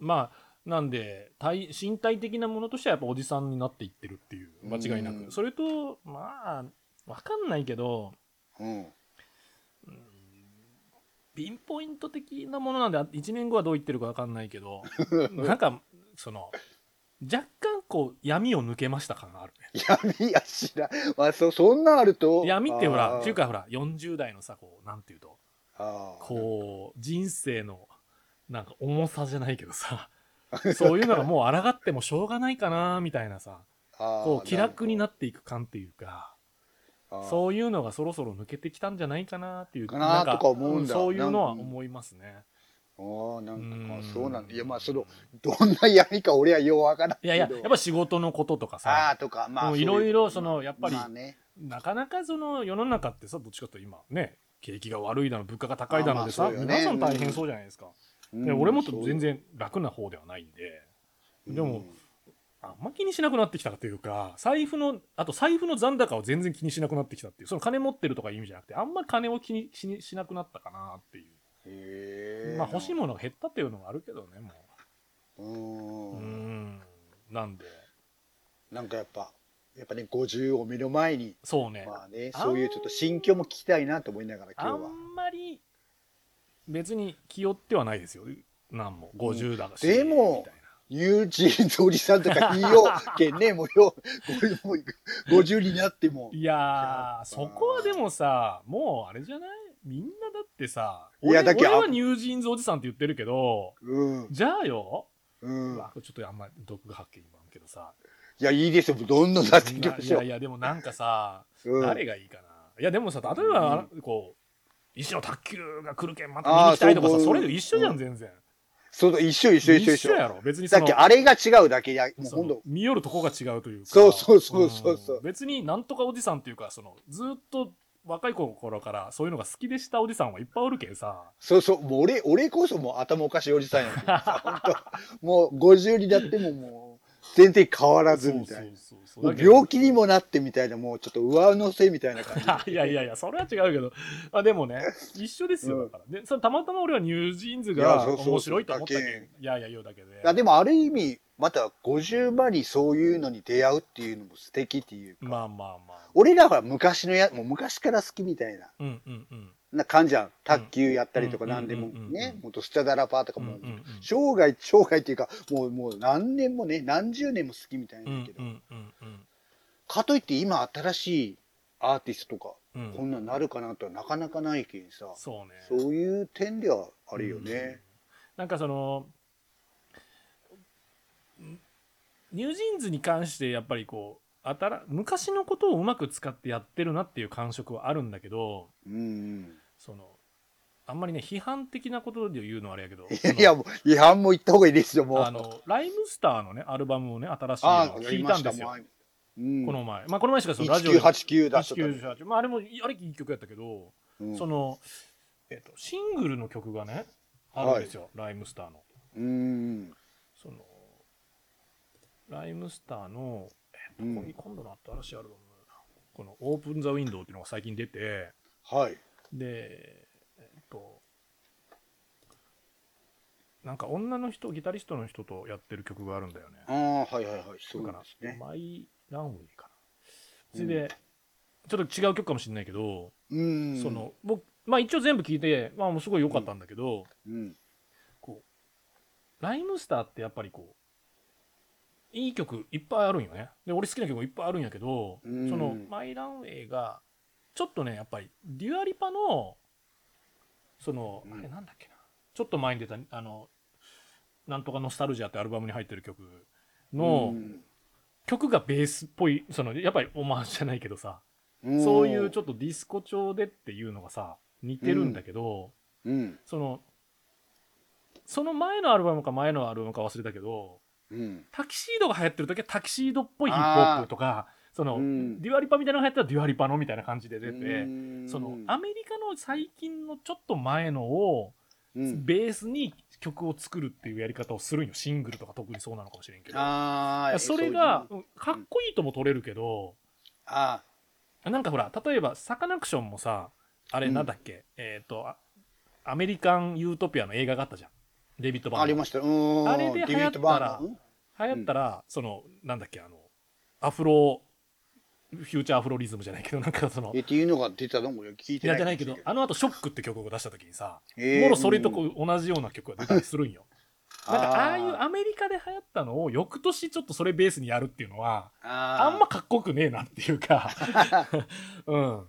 Speaker 6: まあ、なんで体、身体的なものとしてはやっぱおじさんになっていってるっていう、間違いな
Speaker 7: うん
Speaker 6: く。それと、まあ、わかんないけど、
Speaker 7: う、ん、
Speaker 6: ピンポイント的なものなんで、あ1年後はどう言ってるかわかんないけ
Speaker 7: *laughs*
Speaker 6: ど、なんか、その、若干こう、闇を抜けました感があるね。
Speaker 7: 闇やしら、まあ、そそんなんあると
Speaker 6: 闇ってほら、っていう
Speaker 7: か
Speaker 6: かほら、40代のさ、こう、なんていうと、こう、人生の、なんか重さじゃないけど
Speaker 7: *laughs*
Speaker 6: さ、そういうのがもう抗ってもしょうがないかな、みたいなさ、こう、気楽にな
Speaker 7: っ
Speaker 6: っていく感っていうか、
Speaker 7: て
Speaker 6: そういうのがそろそろ抜けてきたんじゃないかなっていう、
Speaker 7: かなーとか思うんだ
Speaker 6: そういうのは
Speaker 7: なんか
Speaker 6: 思いますね。
Speaker 7: ああ、なんか
Speaker 6: うん
Speaker 7: そうなんだ。いや、まあ、その、どんな闇か俺はようわからん
Speaker 6: い
Speaker 7: けど。
Speaker 6: やいや、やっぱ仕事のこととか
Speaker 7: ああ
Speaker 6: さ、
Speaker 7: とか、ま
Speaker 6: う
Speaker 7: あ、
Speaker 6: んいろいろ
Speaker 7: ういう
Speaker 6: そのやっぱり
Speaker 7: まあね、
Speaker 6: なかなかその世の中ってさ、どっちかというと今ね、景気が悪いだの、物価が高いだので
Speaker 7: あ
Speaker 6: さ、
Speaker 7: まあそうよね
Speaker 6: 皆さん大変そうじゃないですか。
Speaker 7: うん
Speaker 6: で俺も全、然楽な方ではないんで、
Speaker 7: そう
Speaker 6: でも、あんま気にしなくなってきたというか、財布の、あと財布の残高を全然気にしなくなってきたっていう、その金持ってるとかいう意味じゃなくて、あんま金を気にしにしなくなったかなっていう。
Speaker 7: へえ
Speaker 6: まあ欲しいものが減ったっていうのもあるけどね、もう。
Speaker 7: う。
Speaker 6: うんん。なんで、
Speaker 7: なんかやっぱ、やっぱね、50を目の前に、
Speaker 6: そうね。
Speaker 7: まあね、
Speaker 6: あん
Speaker 7: そういうちょっと心境も聞きたいなと思いながら、今
Speaker 6: あ
Speaker 7: 日は。
Speaker 6: んまり別に気負ってはないですよなんも50だし、
Speaker 7: でも
Speaker 6: みたい
Speaker 7: ニュージーンズおじさんとか言いようけんね、もうよ、もう50になっても。
Speaker 6: ないやーそこはでもさもうあれじゃないみんなだってさ
Speaker 7: いや
Speaker 6: 俺
Speaker 7: だけど
Speaker 6: 俺はニュージーンズおじさんって言ってるけど
Speaker 7: うん、
Speaker 6: じゃあよ、
Speaker 7: うん。
Speaker 6: あちょっとあんまり毒が発見今あるけどさ
Speaker 7: いや、いいですよ、どんどんなっていきま
Speaker 6: い
Speaker 7: しょ
Speaker 6: や
Speaker 7: う
Speaker 6: い。やでもなんかさ、
Speaker 7: うん
Speaker 6: 誰がいいかないやでもさ例えば、こう石の卓球が来るけんまた見に行きたいとか
Speaker 7: あー
Speaker 6: さ
Speaker 7: そう
Speaker 6: それと一緒じゃ
Speaker 7: うん
Speaker 6: ん全然、
Speaker 7: そうそう、一緒一緒一緒
Speaker 6: 一緒やろ別に
Speaker 7: さ
Speaker 6: そ
Speaker 7: っ
Speaker 6: の
Speaker 7: きあれが違うだけや、もう
Speaker 6: そ
Speaker 7: ほん
Speaker 6: の
Speaker 7: と、
Speaker 6: 見よるとこが違うというか
Speaker 7: そうそうそうそうそうん
Speaker 6: 別になんとかおじさんというかそのずっと若い頃からそういうのが好きでしたおじさんはいっぱいおるけんさ。
Speaker 7: そうそう、もう俺、俺こそもう頭おかしいおじさんやけ
Speaker 6: *laughs*
Speaker 7: どさ本当もう50になってももう、全然変わらずみたいな。
Speaker 6: そうそうそ
Speaker 7: も
Speaker 6: うう
Speaker 7: 病気にもなってみたいな、もうちょっと上乗せみたいな感
Speaker 6: *laughs*
Speaker 7: じ。
Speaker 6: いやいやいや、それは違うけど、あでもね、一緒ですよ、
Speaker 7: うん
Speaker 6: だから。でそれたまたま俺はニュージーンズ
Speaker 7: いや
Speaker 6: が
Speaker 7: そうそう
Speaker 6: 面白いと思ったけ
Speaker 7: だ
Speaker 6: ん、いやいや、言うだけで。
Speaker 7: いやでもある意味、また50万にそういうのに出会うっていうのも素敵っていう。
Speaker 6: まあまあまあ。
Speaker 7: 俺らは昔のや、もう昔から好きみたいな。
Speaker 6: うんうんうん。
Speaker 7: な感じじゃん。卓球やったりとか
Speaker 6: うん
Speaker 7: 何でも
Speaker 6: うんうんうん
Speaker 7: ね、もっとスチャダラパーとかも、
Speaker 6: うんうんうん
Speaker 7: 生涯、生涯っていうか、もう、もう何年もね、何十年も好きみた
Speaker 6: う
Speaker 7: い
Speaker 6: んう
Speaker 7: なんだけど、
Speaker 6: んうんうん
Speaker 7: かといって今新しいアーティストとか、
Speaker 6: うん
Speaker 7: こんなんなるかなとはなかなかないけんさ、
Speaker 6: そうね。
Speaker 7: そういう点ではあるよね。
Speaker 6: なんかそのんニュージーンズに関してやっぱりこうあたら昔のことをうまく使ってやってるなっていう感触はあるんだけど
Speaker 7: うん、うん。
Speaker 6: そのあんまりね批判的なことで言うのはあれやけど
Speaker 7: いやいや、
Speaker 6: そ
Speaker 7: もう違反も言った方がいいですよ、もう。
Speaker 6: のあのライムスターのねアルバムをね新しいの
Speaker 7: あ
Speaker 6: を
Speaker 7: あ、や
Speaker 6: 聞
Speaker 7: り
Speaker 6: い
Speaker 7: ま
Speaker 6: たん
Speaker 7: した
Speaker 6: ですよ
Speaker 7: もん。うん、
Speaker 6: この前まあこの前しかそのラジオで
Speaker 7: 1989だったね
Speaker 6: 1988まああれもあれいい曲やったけど、
Speaker 7: うん
Speaker 6: その、えっとシングルの曲がねあるんですよ、ライムスターの。
Speaker 7: うん。
Speaker 6: そのライムスターの、え
Speaker 7: うん
Speaker 6: ここに今度の新しいアルバムこの「オープン・ザ・ウィンドウ」っていうのが最近出て
Speaker 7: はい。
Speaker 6: でえっとなんか女の人ギタリストの人とやってる曲があるんだよね
Speaker 7: ああ、はいはいはい。そう
Speaker 6: だ
Speaker 7: で
Speaker 6: から
Speaker 7: すね。
Speaker 6: マイ・ランウェイかなそれで、ちょっと違う曲かもしれないけど、
Speaker 7: うん。
Speaker 6: そ、の僕まあ一応全部聴いて、まあ、もうすごい良かったんだけど、
Speaker 7: うん。
Speaker 6: こう、ライムスターってやっぱりこう、いい曲いっぱいあるんよね。で、俺好きな曲もいっぱいあるんやけど、そ
Speaker 7: うん
Speaker 6: の、マイランウェイが、ちょっとね、やっぱり、デュアリパの、その、
Speaker 7: うん
Speaker 6: あれなんだっけな、ちょっと前に出た、あの、なんとかノスタルジアってアルバムに入ってる曲の、曲がベースっぽい、その、やっぱりオマージュじゃないけどさ、
Speaker 7: うん
Speaker 6: そういうちょっとディスコ調でっていうのがさ、似てるんだけど、
Speaker 7: うん。
Speaker 6: その、その前のアルバムか前のアルバムか忘れたけど、
Speaker 7: うん。
Speaker 6: タキシードが流行ってる時はタキシードっぽいヒップホップとか、その、
Speaker 7: うん
Speaker 6: デュアリパみたいなのが流行ったらデュアリパのみたいな感じで出て、
Speaker 7: うん
Speaker 6: その、アメリカの最近のちょっと前のを、
Speaker 7: うん、
Speaker 6: ベースに曲を作るっていうやり方をするんよ。シングルとか特にそうなのかもしれんけど。
Speaker 7: ああ、
Speaker 6: それが
Speaker 7: そうい
Speaker 6: う
Speaker 7: う、
Speaker 6: んかっこいいとも取れるけど、
Speaker 7: あ
Speaker 6: なんかほら、例えば、サカナクションもさ、あれ
Speaker 7: うん
Speaker 6: なんだっけ、えっ、と、あアメリカン・ユートピアの映画があったじゃん。デビッド・バー
Speaker 7: あ、
Speaker 6: ン。
Speaker 7: ありました。うん。
Speaker 6: あれで流行ったら
Speaker 7: デビッドバーナー
Speaker 6: 流行ったら、その、なんだっけ、あの、アフロ、フューチャーアフロリズムじゃないけど、 *laughs* なんかその、
Speaker 7: えっていうのが出たのも聞いて
Speaker 6: いや
Speaker 7: ない。
Speaker 6: じゃないけど、あの後、ショックって曲を出した時にさ、
Speaker 7: えー
Speaker 6: もろそれとこう同じような曲が出たりするんよ。 *laughs* なんか、ああいう
Speaker 7: あ
Speaker 6: アメリカで流行ったのを、翌年ちょっとそれベースにやるっていうのは、
Speaker 7: あ
Speaker 6: あんまかっこよくねえなっていうか、 *laughs* うん。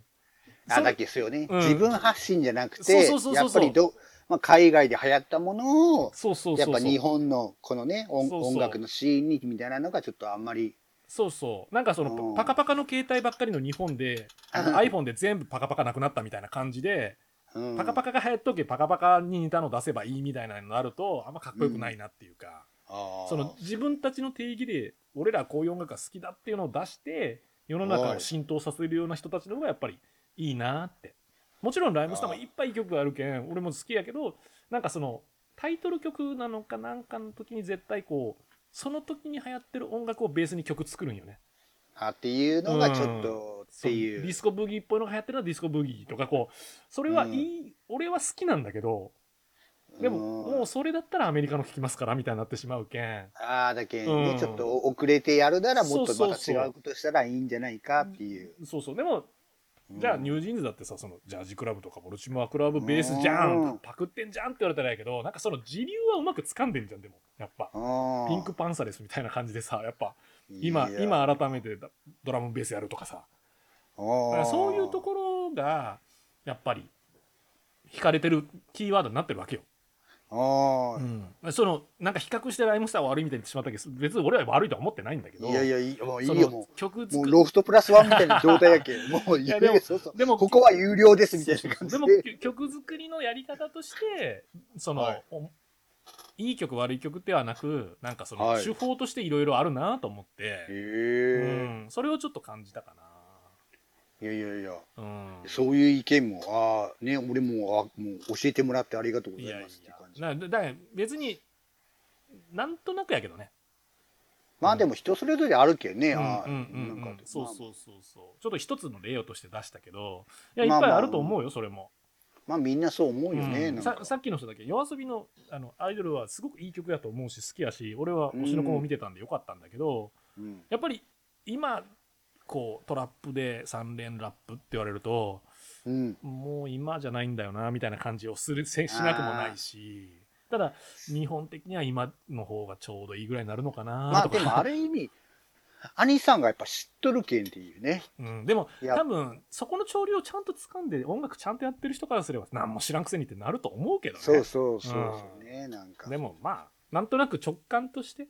Speaker 7: あだっけですよね、
Speaker 6: うん
Speaker 7: 自分発信じゃなくて
Speaker 6: そうそうそうそう
Speaker 7: やっぱりど、まあ、海外で流行ったものを
Speaker 6: そうそうそう
Speaker 7: やっ
Speaker 6: そう。
Speaker 7: ぱ日本のこのね音
Speaker 6: そうそう
Speaker 7: 音楽のシーンにみたいなのがちょっとあんまり
Speaker 6: そうそう。なんかその
Speaker 7: うん
Speaker 6: パカパカの携帯ばっかりの日本で、あ
Speaker 7: *laughs*
Speaker 6: の iPhone で全部パカパカなくなったみたいな感じで、
Speaker 7: うん
Speaker 6: パカパカが流行っとけパカパカに似たの出せばいいみたいなのになると、あんまかっこよくないなっていうか、
Speaker 7: あー
Speaker 6: その自分たちの定義で、俺らこういう音楽が好きだっていうのを出して、世の中を浸透させるような人たちの方がやっぱりいいなって。もちろんライムスターもいっぱい曲があるけん、俺も好きやけど、なんかそのタイトル曲なのかなんかの時に絶対こう、その時に流行ってる音楽をベースに曲作るんよね。
Speaker 7: あっていうのがちょっと、ってい
Speaker 6: そうディスコブギーっぽいのが流行ってるのはディスコブギーとかこうそれはいい、俺は好きなんだけどでも
Speaker 7: うん
Speaker 6: もうそれだったらアメリカの聴きますからみたいになってしまうけん
Speaker 7: ああだけね、
Speaker 6: うん
Speaker 7: ちょっと遅れてやるならもっと
Speaker 6: そうそ
Speaker 7: ま
Speaker 6: う
Speaker 7: た
Speaker 6: そ
Speaker 7: 違
Speaker 6: う
Speaker 7: うことしたらいいんじゃないかっていう
Speaker 6: そうそうでもじゃあニュージーンズだってさそのジャージクラブとかボルチモアクラブベースじゃん、
Speaker 7: うん
Speaker 6: パクってんじゃんって言われたらやけどなんかその時流はうまく掴んでんじゃんでもやっぱ
Speaker 7: あー
Speaker 6: ピンクパンサレスみたいな感じでさやっぱ今
Speaker 7: いや
Speaker 6: 今改めてドラムベースやるとかさ
Speaker 7: あ
Speaker 6: だ
Speaker 7: ー
Speaker 6: からそういうところがやっぱり惹かれてるキーワードになってるわけよ
Speaker 7: あー
Speaker 6: そのなんか比較してライムスターは悪いみたいに言ってしまったけど別に俺は悪いとは思ってないんだけど
Speaker 7: いやいやいいもういい
Speaker 6: そ
Speaker 7: よも
Speaker 6: の曲
Speaker 7: うも
Speaker 6: 作
Speaker 7: う
Speaker 6: る
Speaker 7: ロフトプラスワンみたいな状態やけんもうい
Speaker 6: *laughs*
Speaker 7: い
Speaker 6: いやでも
Speaker 7: よそうそう
Speaker 6: でも
Speaker 7: ここは有料ですみたい
Speaker 6: そう
Speaker 7: な
Speaker 6: そう
Speaker 7: 感
Speaker 6: で
Speaker 7: じ
Speaker 6: も
Speaker 7: で
Speaker 6: き曲作りのやり方としてその、
Speaker 7: はい
Speaker 6: おいい曲悪い曲ではなくなんかその
Speaker 7: はい
Speaker 6: 手法としていろいろあるなと思って、
Speaker 7: へ
Speaker 6: うん、それをちょっと感じたかな
Speaker 7: いやいやいや
Speaker 6: うん
Speaker 7: そういう意見もああね俺もあもう教えてもらってありがとうご
Speaker 6: い
Speaker 7: ざ
Speaker 6: や
Speaker 7: い
Speaker 6: い
Speaker 7: ますっていう感じ
Speaker 6: やなだだから別になんとなくやけどね
Speaker 7: まあでも人それぞれあるけんね、
Speaker 6: うん
Speaker 7: ああ
Speaker 6: うんうんう
Speaker 7: な
Speaker 6: んん
Speaker 7: か
Speaker 6: そう
Speaker 7: まあ
Speaker 6: そうそうそうちょっと一つの例として出したけどいやいっ
Speaker 7: まあ
Speaker 6: ぱい
Speaker 7: まあ
Speaker 6: あると思うよそれも
Speaker 7: まあみんなそう思うよね、
Speaker 6: うん
Speaker 7: なん
Speaker 6: さ
Speaker 7: か
Speaker 6: さっきの人だけ夜遊びのあのアイドルはすごくいい曲やと思うし好きやし俺は推しの子も見てたんでよかったんだけど
Speaker 7: うん
Speaker 6: やっぱり今こうトラップで3連ラップって言われると
Speaker 7: うん
Speaker 6: もう今じゃないんだよなみたいな感じをするせしなくもないしただ日本的には今の方がちょうどいいぐらいになるのか
Speaker 7: ま
Speaker 6: な
Speaker 7: あ
Speaker 6: とか、
Speaker 7: でもある意味兄さんがやっぱ知っとるけんっていうね
Speaker 6: うん、でも
Speaker 7: いや
Speaker 6: 多分そこの潮流をちゃんと掴んで音楽ちゃんとやってる人からすれば何も知らんくせにってなると思うけどね
Speaker 7: そうそうそうそうね、なんか
Speaker 6: でもまあなんとなく直感として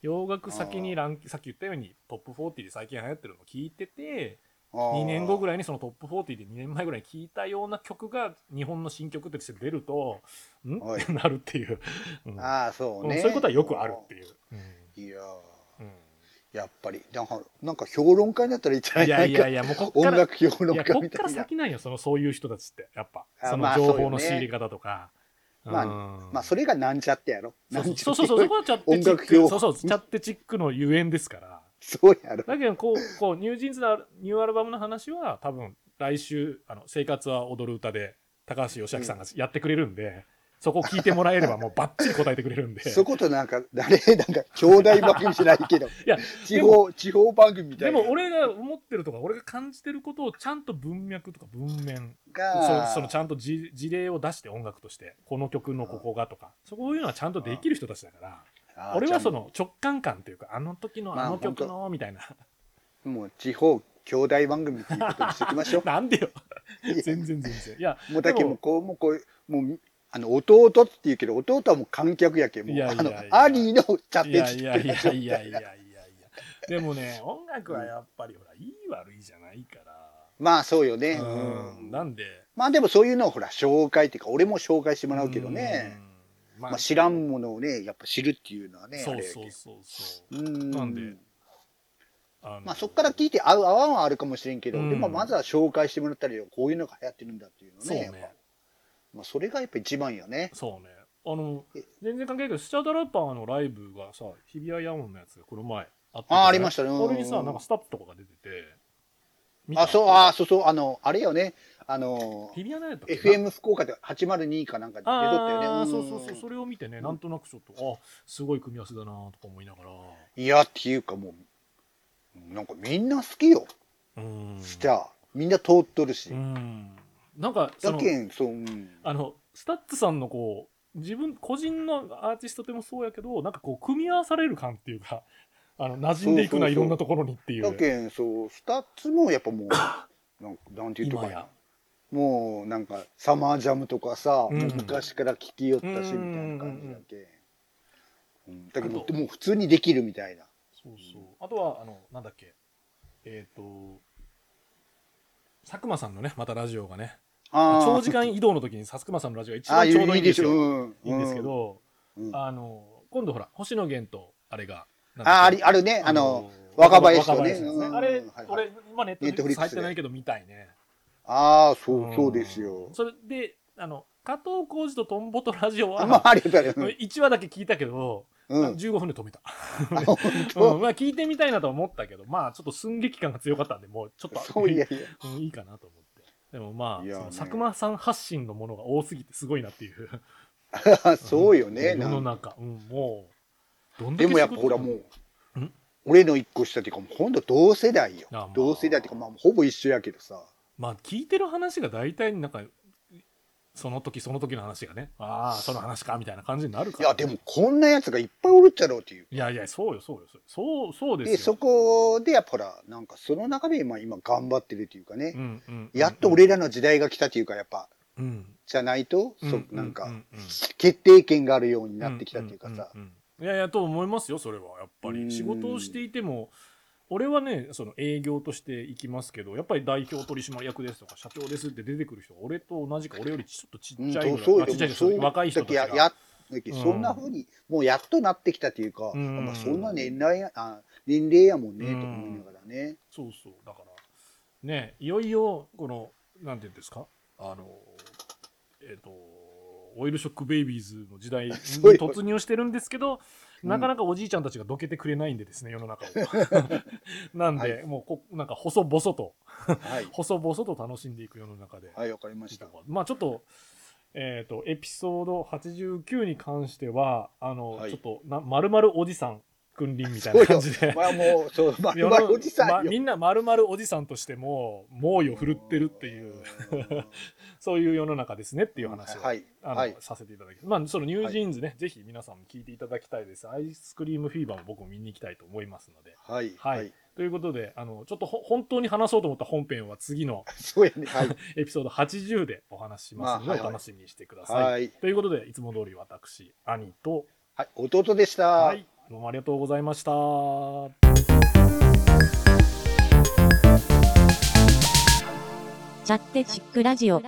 Speaker 6: 洋楽先にランキさっき言ったようにトップ40で最近流行ってるのを聞いてて2年後ぐら
Speaker 7: らい
Speaker 6: いにそのトップ40で2年前ぐらいに聞いたような曲が日本の新曲として出るとんっ
Speaker 7: はい
Speaker 6: てなるっていう、うん
Speaker 7: ああそう
Speaker 6: うん
Speaker 7: ね、
Speaker 6: そういうことはよくあるっていう、
Speaker 7: いや *laughs*
Speaker 6: うんうん
Speaker 7: やっぱりなんかなんか評論家になったらいいんじゃない
Speaker 6: い
Speaker 7: か
Speaker 6: やいやいやもうこっか
Speaker 7: 音
Speaker 6: ら
Speaker 7: 楽評
Speaker 6: い
Speaker 7: 論
Speaker 6: や
Speaker 7: 家
Speaker 6: こっ
Speaker 7: み
Speaker 6: から
Speaker 7: たいな
Speaker 6: 先なんよそのそういう人たちってやっぱ
Speaker 7: あ
Speaker 6: そ
Speaker 7: ま
Speaker 6: の
Speaker 7: あ
Speaker 6: 情
Speaker 7: そう
Speaker 6: 報
Speaker 7: よ
Speaker 6: の
Speaker 7: ね
Speaker 6: 仕入れ方とか、
Speaker 7: まあ
Speaker 6: うん
Speaker 7: まあそれがなんちゃってやろ
Speaker 6: そ
Speaker 7: な
Speaker 6: うんそう
Speaker 7: ち
Speaker 6: そ
Speaker 7: ゃ
Speaker 6: う
Speaker 7: って
Speaker 6: そうそうそこはチャッテチッ
Speaker 7: 音楽用
Speaker 6: クそうそうチャッテチックのゆえんですから
Speaker 7: そうやろ
Speaker 6: だけどこうこうニュージーンズのニューアルバムの話は多分来週あの「生活は踊る歌」で高橋義明さんがやってくれるんで、そこを聞いてもらえればもうバッチリ答えてくれるんで
Speaker 7: *laughs* そことなんか誰なんか兄弟番組じゃない
Speaker 6: *laughs*
Speaker 7: けど
Speaker 6: や
Speaker 7: 地方地方番組みた
Speaker 6: で
Speaker 7: いな
Speaker 6: も俺が思ってるとか俺が感じてることをちゃんと文脈とか文面
Speaker 7: が
Speaker 6: そそのちゃんと事事例を出して音楽としてこの曲のここがとかそういうのはちゃんとできる人たちだから
Speaker 7: あー
Speaker 6: 俺はそ
Speaker 7: ち
Speaker 6: の直感感というかあの時の
Speaker 7: まあ
Speaker 6: あの曲のみたいな、 *laughs*
Speaker 7: ゃんもう地方兄弟番組っていうことにしていき
Speaker 6: *laughs*
Speaker 7: ましょう
Speaker 6: なんでよ
Speaker 7: いや
Speaker 6: 全然全然いや
Speaker 7: もうだけ
Speaker 6: で
Speaker 7: も
Speaker 6: も
Speaker 7: うこうもうこうもうあの弟っていうけど弟はもう観客やけんもう
Speaker 6: いやいやいや
Speaker 7: あのアリーのチャ
Speaker 6: い
Speaker 7: ッテ
Speaker 6: や
Speaker 7: チ
Speaker 6: い
Speaker 7: ッ
Speaker 6: や
Speaker 7: ク
Speaker 6: いやいやいやいやいやでもね音楽はやっぱりほらいい悪いじゃないから
Speaker 7: まあそうよね、
Speaker 6: う
Speaker 7: うん
Speaker 6: んなんで
Speaker 7: まあでもそういうのをほら紹介っていうか俺も紹介してもらうけどね、
Speaker 6: うんま
Speaker 7: まあ、知らんものをねやっぱ知るっていうのはね
Speaker 6: そう
Speaker 7: あ
Speaker 6: そ
Speaker 7: れや
Speaker 6: うそうそう
Speaker 7: けうん
Speaker 6: なんであの
Speaker 7: まあそこから聞いて合う合わんはあるかもしれんけど、
Speaker 6: うん
Speaker 7: でもまずは紹介してもらったりこういうのが流行ってるんだっていうのね
Speaker 6: そう
Speaker 7: やっ
Speaker 6: ね
Speaker 7: ぱまあ、それがやっぱ一番よね
Speaker 6: そうね。あの
Speaker 7: え、
Speaker 6: 全然関係ないけど、スチャダラパーのライブがさ、日比谷ヤモンのやつがこの前あった
Speaker 7: あありましたねうん
Speaker 6: 俺にさ、なんかスタッフとかが出てて。見た
Speaker 7: あそうあそうそうあのあれよねあの
Speaker 6: 日比谷のやつだっけな
Speaker 7: FM 福岡で802かなんか出とったよね
Speaker 6: ああ、
Speaker 7: ん
Speaker 6: そうそうそう、それを見てね、なんとなくちょっと、あすごい組み合わせだなとか思いながら。
Speaker 7: いやっていうかもうなんかみんな好きよ
Speaker 6: うん。
Speaker 7: じゃあみんな通っとるし、
Speaker 6: うん。なんか、そ
Speaker 7: だ
Speaker 6: の、
Speaker 7: けんそう、うん、
Speaker 6: あの、スタッツさんのこう、自分、個人のアーティストでもそうやけど、なんかこう、組み合わされる感っていうか、あの、馴染んでいく
Speaker 7: そう
Speaker 6: な、
Speaker 7: そうそう
Speaker 6: いろんなところにっていう。
Speaker 7: だけんそうスタッツもやっぱもう *coughs* なんかなんていうとか
Speaker 6: 今
Speaker 7: な
Speaker 6: や。
Speaker 7: もうなんかサマージャムとかさ、
Speaker 6: うん
Speaker 7: もう昔から聞きよったしみたいな感じだけ、うんだけども
Speaker 6: あと
Speaker 7: うもう普通にできるみたいな
Speaker 6: そうそう。あとは、あの、なんだっけ。えっ、と、佐久間さんのね、またラジオがね、
Speaker 7: あー
Speaker 6: 長時間移動の時に佐久間さんのラジオが一
Speaker 7: ああ
Speaker 6: 番ちょうどいいんです
Speaker 7: う
Speaker 6: よ。
Speaker 7: ん、
Speaker 6: いいんですけど、
Speaker 7: うん、うんあ
Speaker 6: あの、今度ほら、星野源と、あれが、なんだっけ
Speaker 7: あありあるねあの、
Speaker 6: ー
Speaker 7: 若林とね
Speaker 6: です
Speaker 7: うん
Speaker 6: あれ、
Speaker 7: うんはいはい
Speaker 6: 俺、今ネットフリックス入ってないけど見たいね。
Speaker 7: ああそう、
Speaker 6: ん
Speaker 7: そうですよ
Speaker 6: それで、あの、加藤浩次とトンボとラジオ
Speaker 7: あま
Speaker 6: は、
Speaker 7: ああれだよ、うん
Speaker 6: 1話だけ聞いたけど、
Speaker 7: うん、
Speaker 6: 15分で止めた。
Speaker 7: あ本
Speaker 6: *laughs* う
Speaker 7: 当
Speaker 6: ん、まあ聞いてみたいなとは思ったけど、まあちょっと寸劇感が強かったんで、もうちょっと、
Speaker 7: そういやいや
Speaker 6: *laughs* うんいいかなと思って。でもまあ、
Speaker 7: いや
Speaker 6: その
Speaker 7: ね
Speaker 6: 佐久間さん発信のものが多すぎてすごいなっていう。
Speaker 7: あ *laughs* そうよね、
Speaker 6: 世
Speaker 7: なん
Speaker 6: の
Speaker 7: か
Speaker 6: 中。うん、もう、どんだ
Speaker 7: で
Speaker 6: け
Speaker 7: もやっぱほらもうん俺の一個下っていうかもうほんと同世代よ、
Speaker 6: あまあ
Speaker 7: 同世代っていうかまあほぼ一緒やけどさ
Speaker 6: まあ聞いてる話が大体なんか、その時その時の話がね、ああ、その話か、みたいな感じになるか
Speaker 7: い
Speaker 6: ら、
Speaker 7: やでも。こんなやつがいっぱいおるっちゃろうっていう
Speaker 6: いやいや、そうよ、そうよ、そうよそう、そうです
Speaker 7: で
Speaker 6: よ。
Speaker 7: そこでやっぱほらなんかその中で今今頑張ってるというかね
Speaker 6: う、ん、うん。
Speaker 7: やっと俺らの時代が来たというかやっぱ
Speaker 6: うん、
Speaker 7: じゃないと、
Speaker 6: うん。
Speaker 7: そ
Speaker 6: うん
Speaker 7: なんか、
Speaker 6: うううん
Speaker 7: 決定権があるようになってきたというかさ、
Speaker 6: んんんうんいやいやと思いますよそれはやっぱ
Speaker 7: うん
Speaker 6: り仕事をしていても俺はねその営業として行きますけどやっぱり代表取締役ですとか社長ですって出てくる人が俺と同じか俺よりちょっとち
Speaker 7: うん
Speaker 6: っちゃいぐらい
Speaker 7: そう
Speaker 6: あちっちゃい
Speaker 7: よ
Speaker 6: 人
Speaker 7: そう
Speaker 6: 若い人たち
Speaker 7: や
Speaker 6: が
Speaker 7: やだけど
Speaker 6: うん
Speaker 7: そんなふうにもうやっとなってきたというか、
Speaker 6: うん
Speaker 7: まあ、そんな年代やあ年齢やもんね、
Speaker 6: うん
Speaker 7: と思いながらね
Speaker 6: そうそうだからね、いよいよ、この、なんていうんですか、あの、えっ、と、オイルショックベイビーズの時代に
Speaker 7: *laughs* そういう
Speaker 6: 突入してるんですけど、なかなかおじいちゃんたちがどけてくれないんでですね、世の中を。
Speaker 7: *laughs*
Speaker 6: *laughs* なんで、
Speaker 7: は
Speaker 6: もうこ、なんか、細々と、
Speaker 7: はい。
Speaker 6: 細々と楽しんでいく世の中で。
Speaker 7: はい、わかりました。
Speaker 6: まあちょっと、えっ、と、エピソード89に関しては、あの、
Speaker 7: はい
Speaker 6: ちょっとな、まるまるおじさん君臨みたい
Speaker 7: そう
Speaker 6: な
Speaker 7: よ
Speaker 6: 感じで。。
Speaker 7: まあもう、そう、まあ、
Speaker 6: 世
Speaker 7: まあ
Speaker 6: の
Speaker 7: おじさ
Speaker 6: ま
Speaker 7: んよ。
Speaker 6: みんなまるまるおじさんとしてもう猛威を振るってるっていう、 *laughs* そういう世の中ですねっていう話を、
Speaker 7: はい。
Speaker 6: あの
Speaker 7: はい。
Speaker 6: させていただきまあ、そのニュージーンズね、ぜひ皆さんも聞いていただきたいです。アイスクリームフィーバーも僕も見に行きたいと思いますので。
Speaker 7: はい。
Speaker 6: はい。
Speaker 7: はい。 *laughs*
Speaker 6: ということで、あの、ちょっとほ本当に話そうと思った本編は次の
Speaker 7: そうや
Speaker 6: *laughs*
Speaker 7: ね。はい。
Speaker 6: エピソード80でお話ししますの
Speaker 7: まあは
Speaker 6: で、
Speaker 7: いはい
Speaker 6: お楽しみにしてください。
Speaker 7: はい。
Speaker 6: ということで、いつも通り私、兄と、
Speaker 7: はい。弟でした。
Speaker 6: はい、どうもありがとうございました。
Speaker 5: チャッテチックラジオ。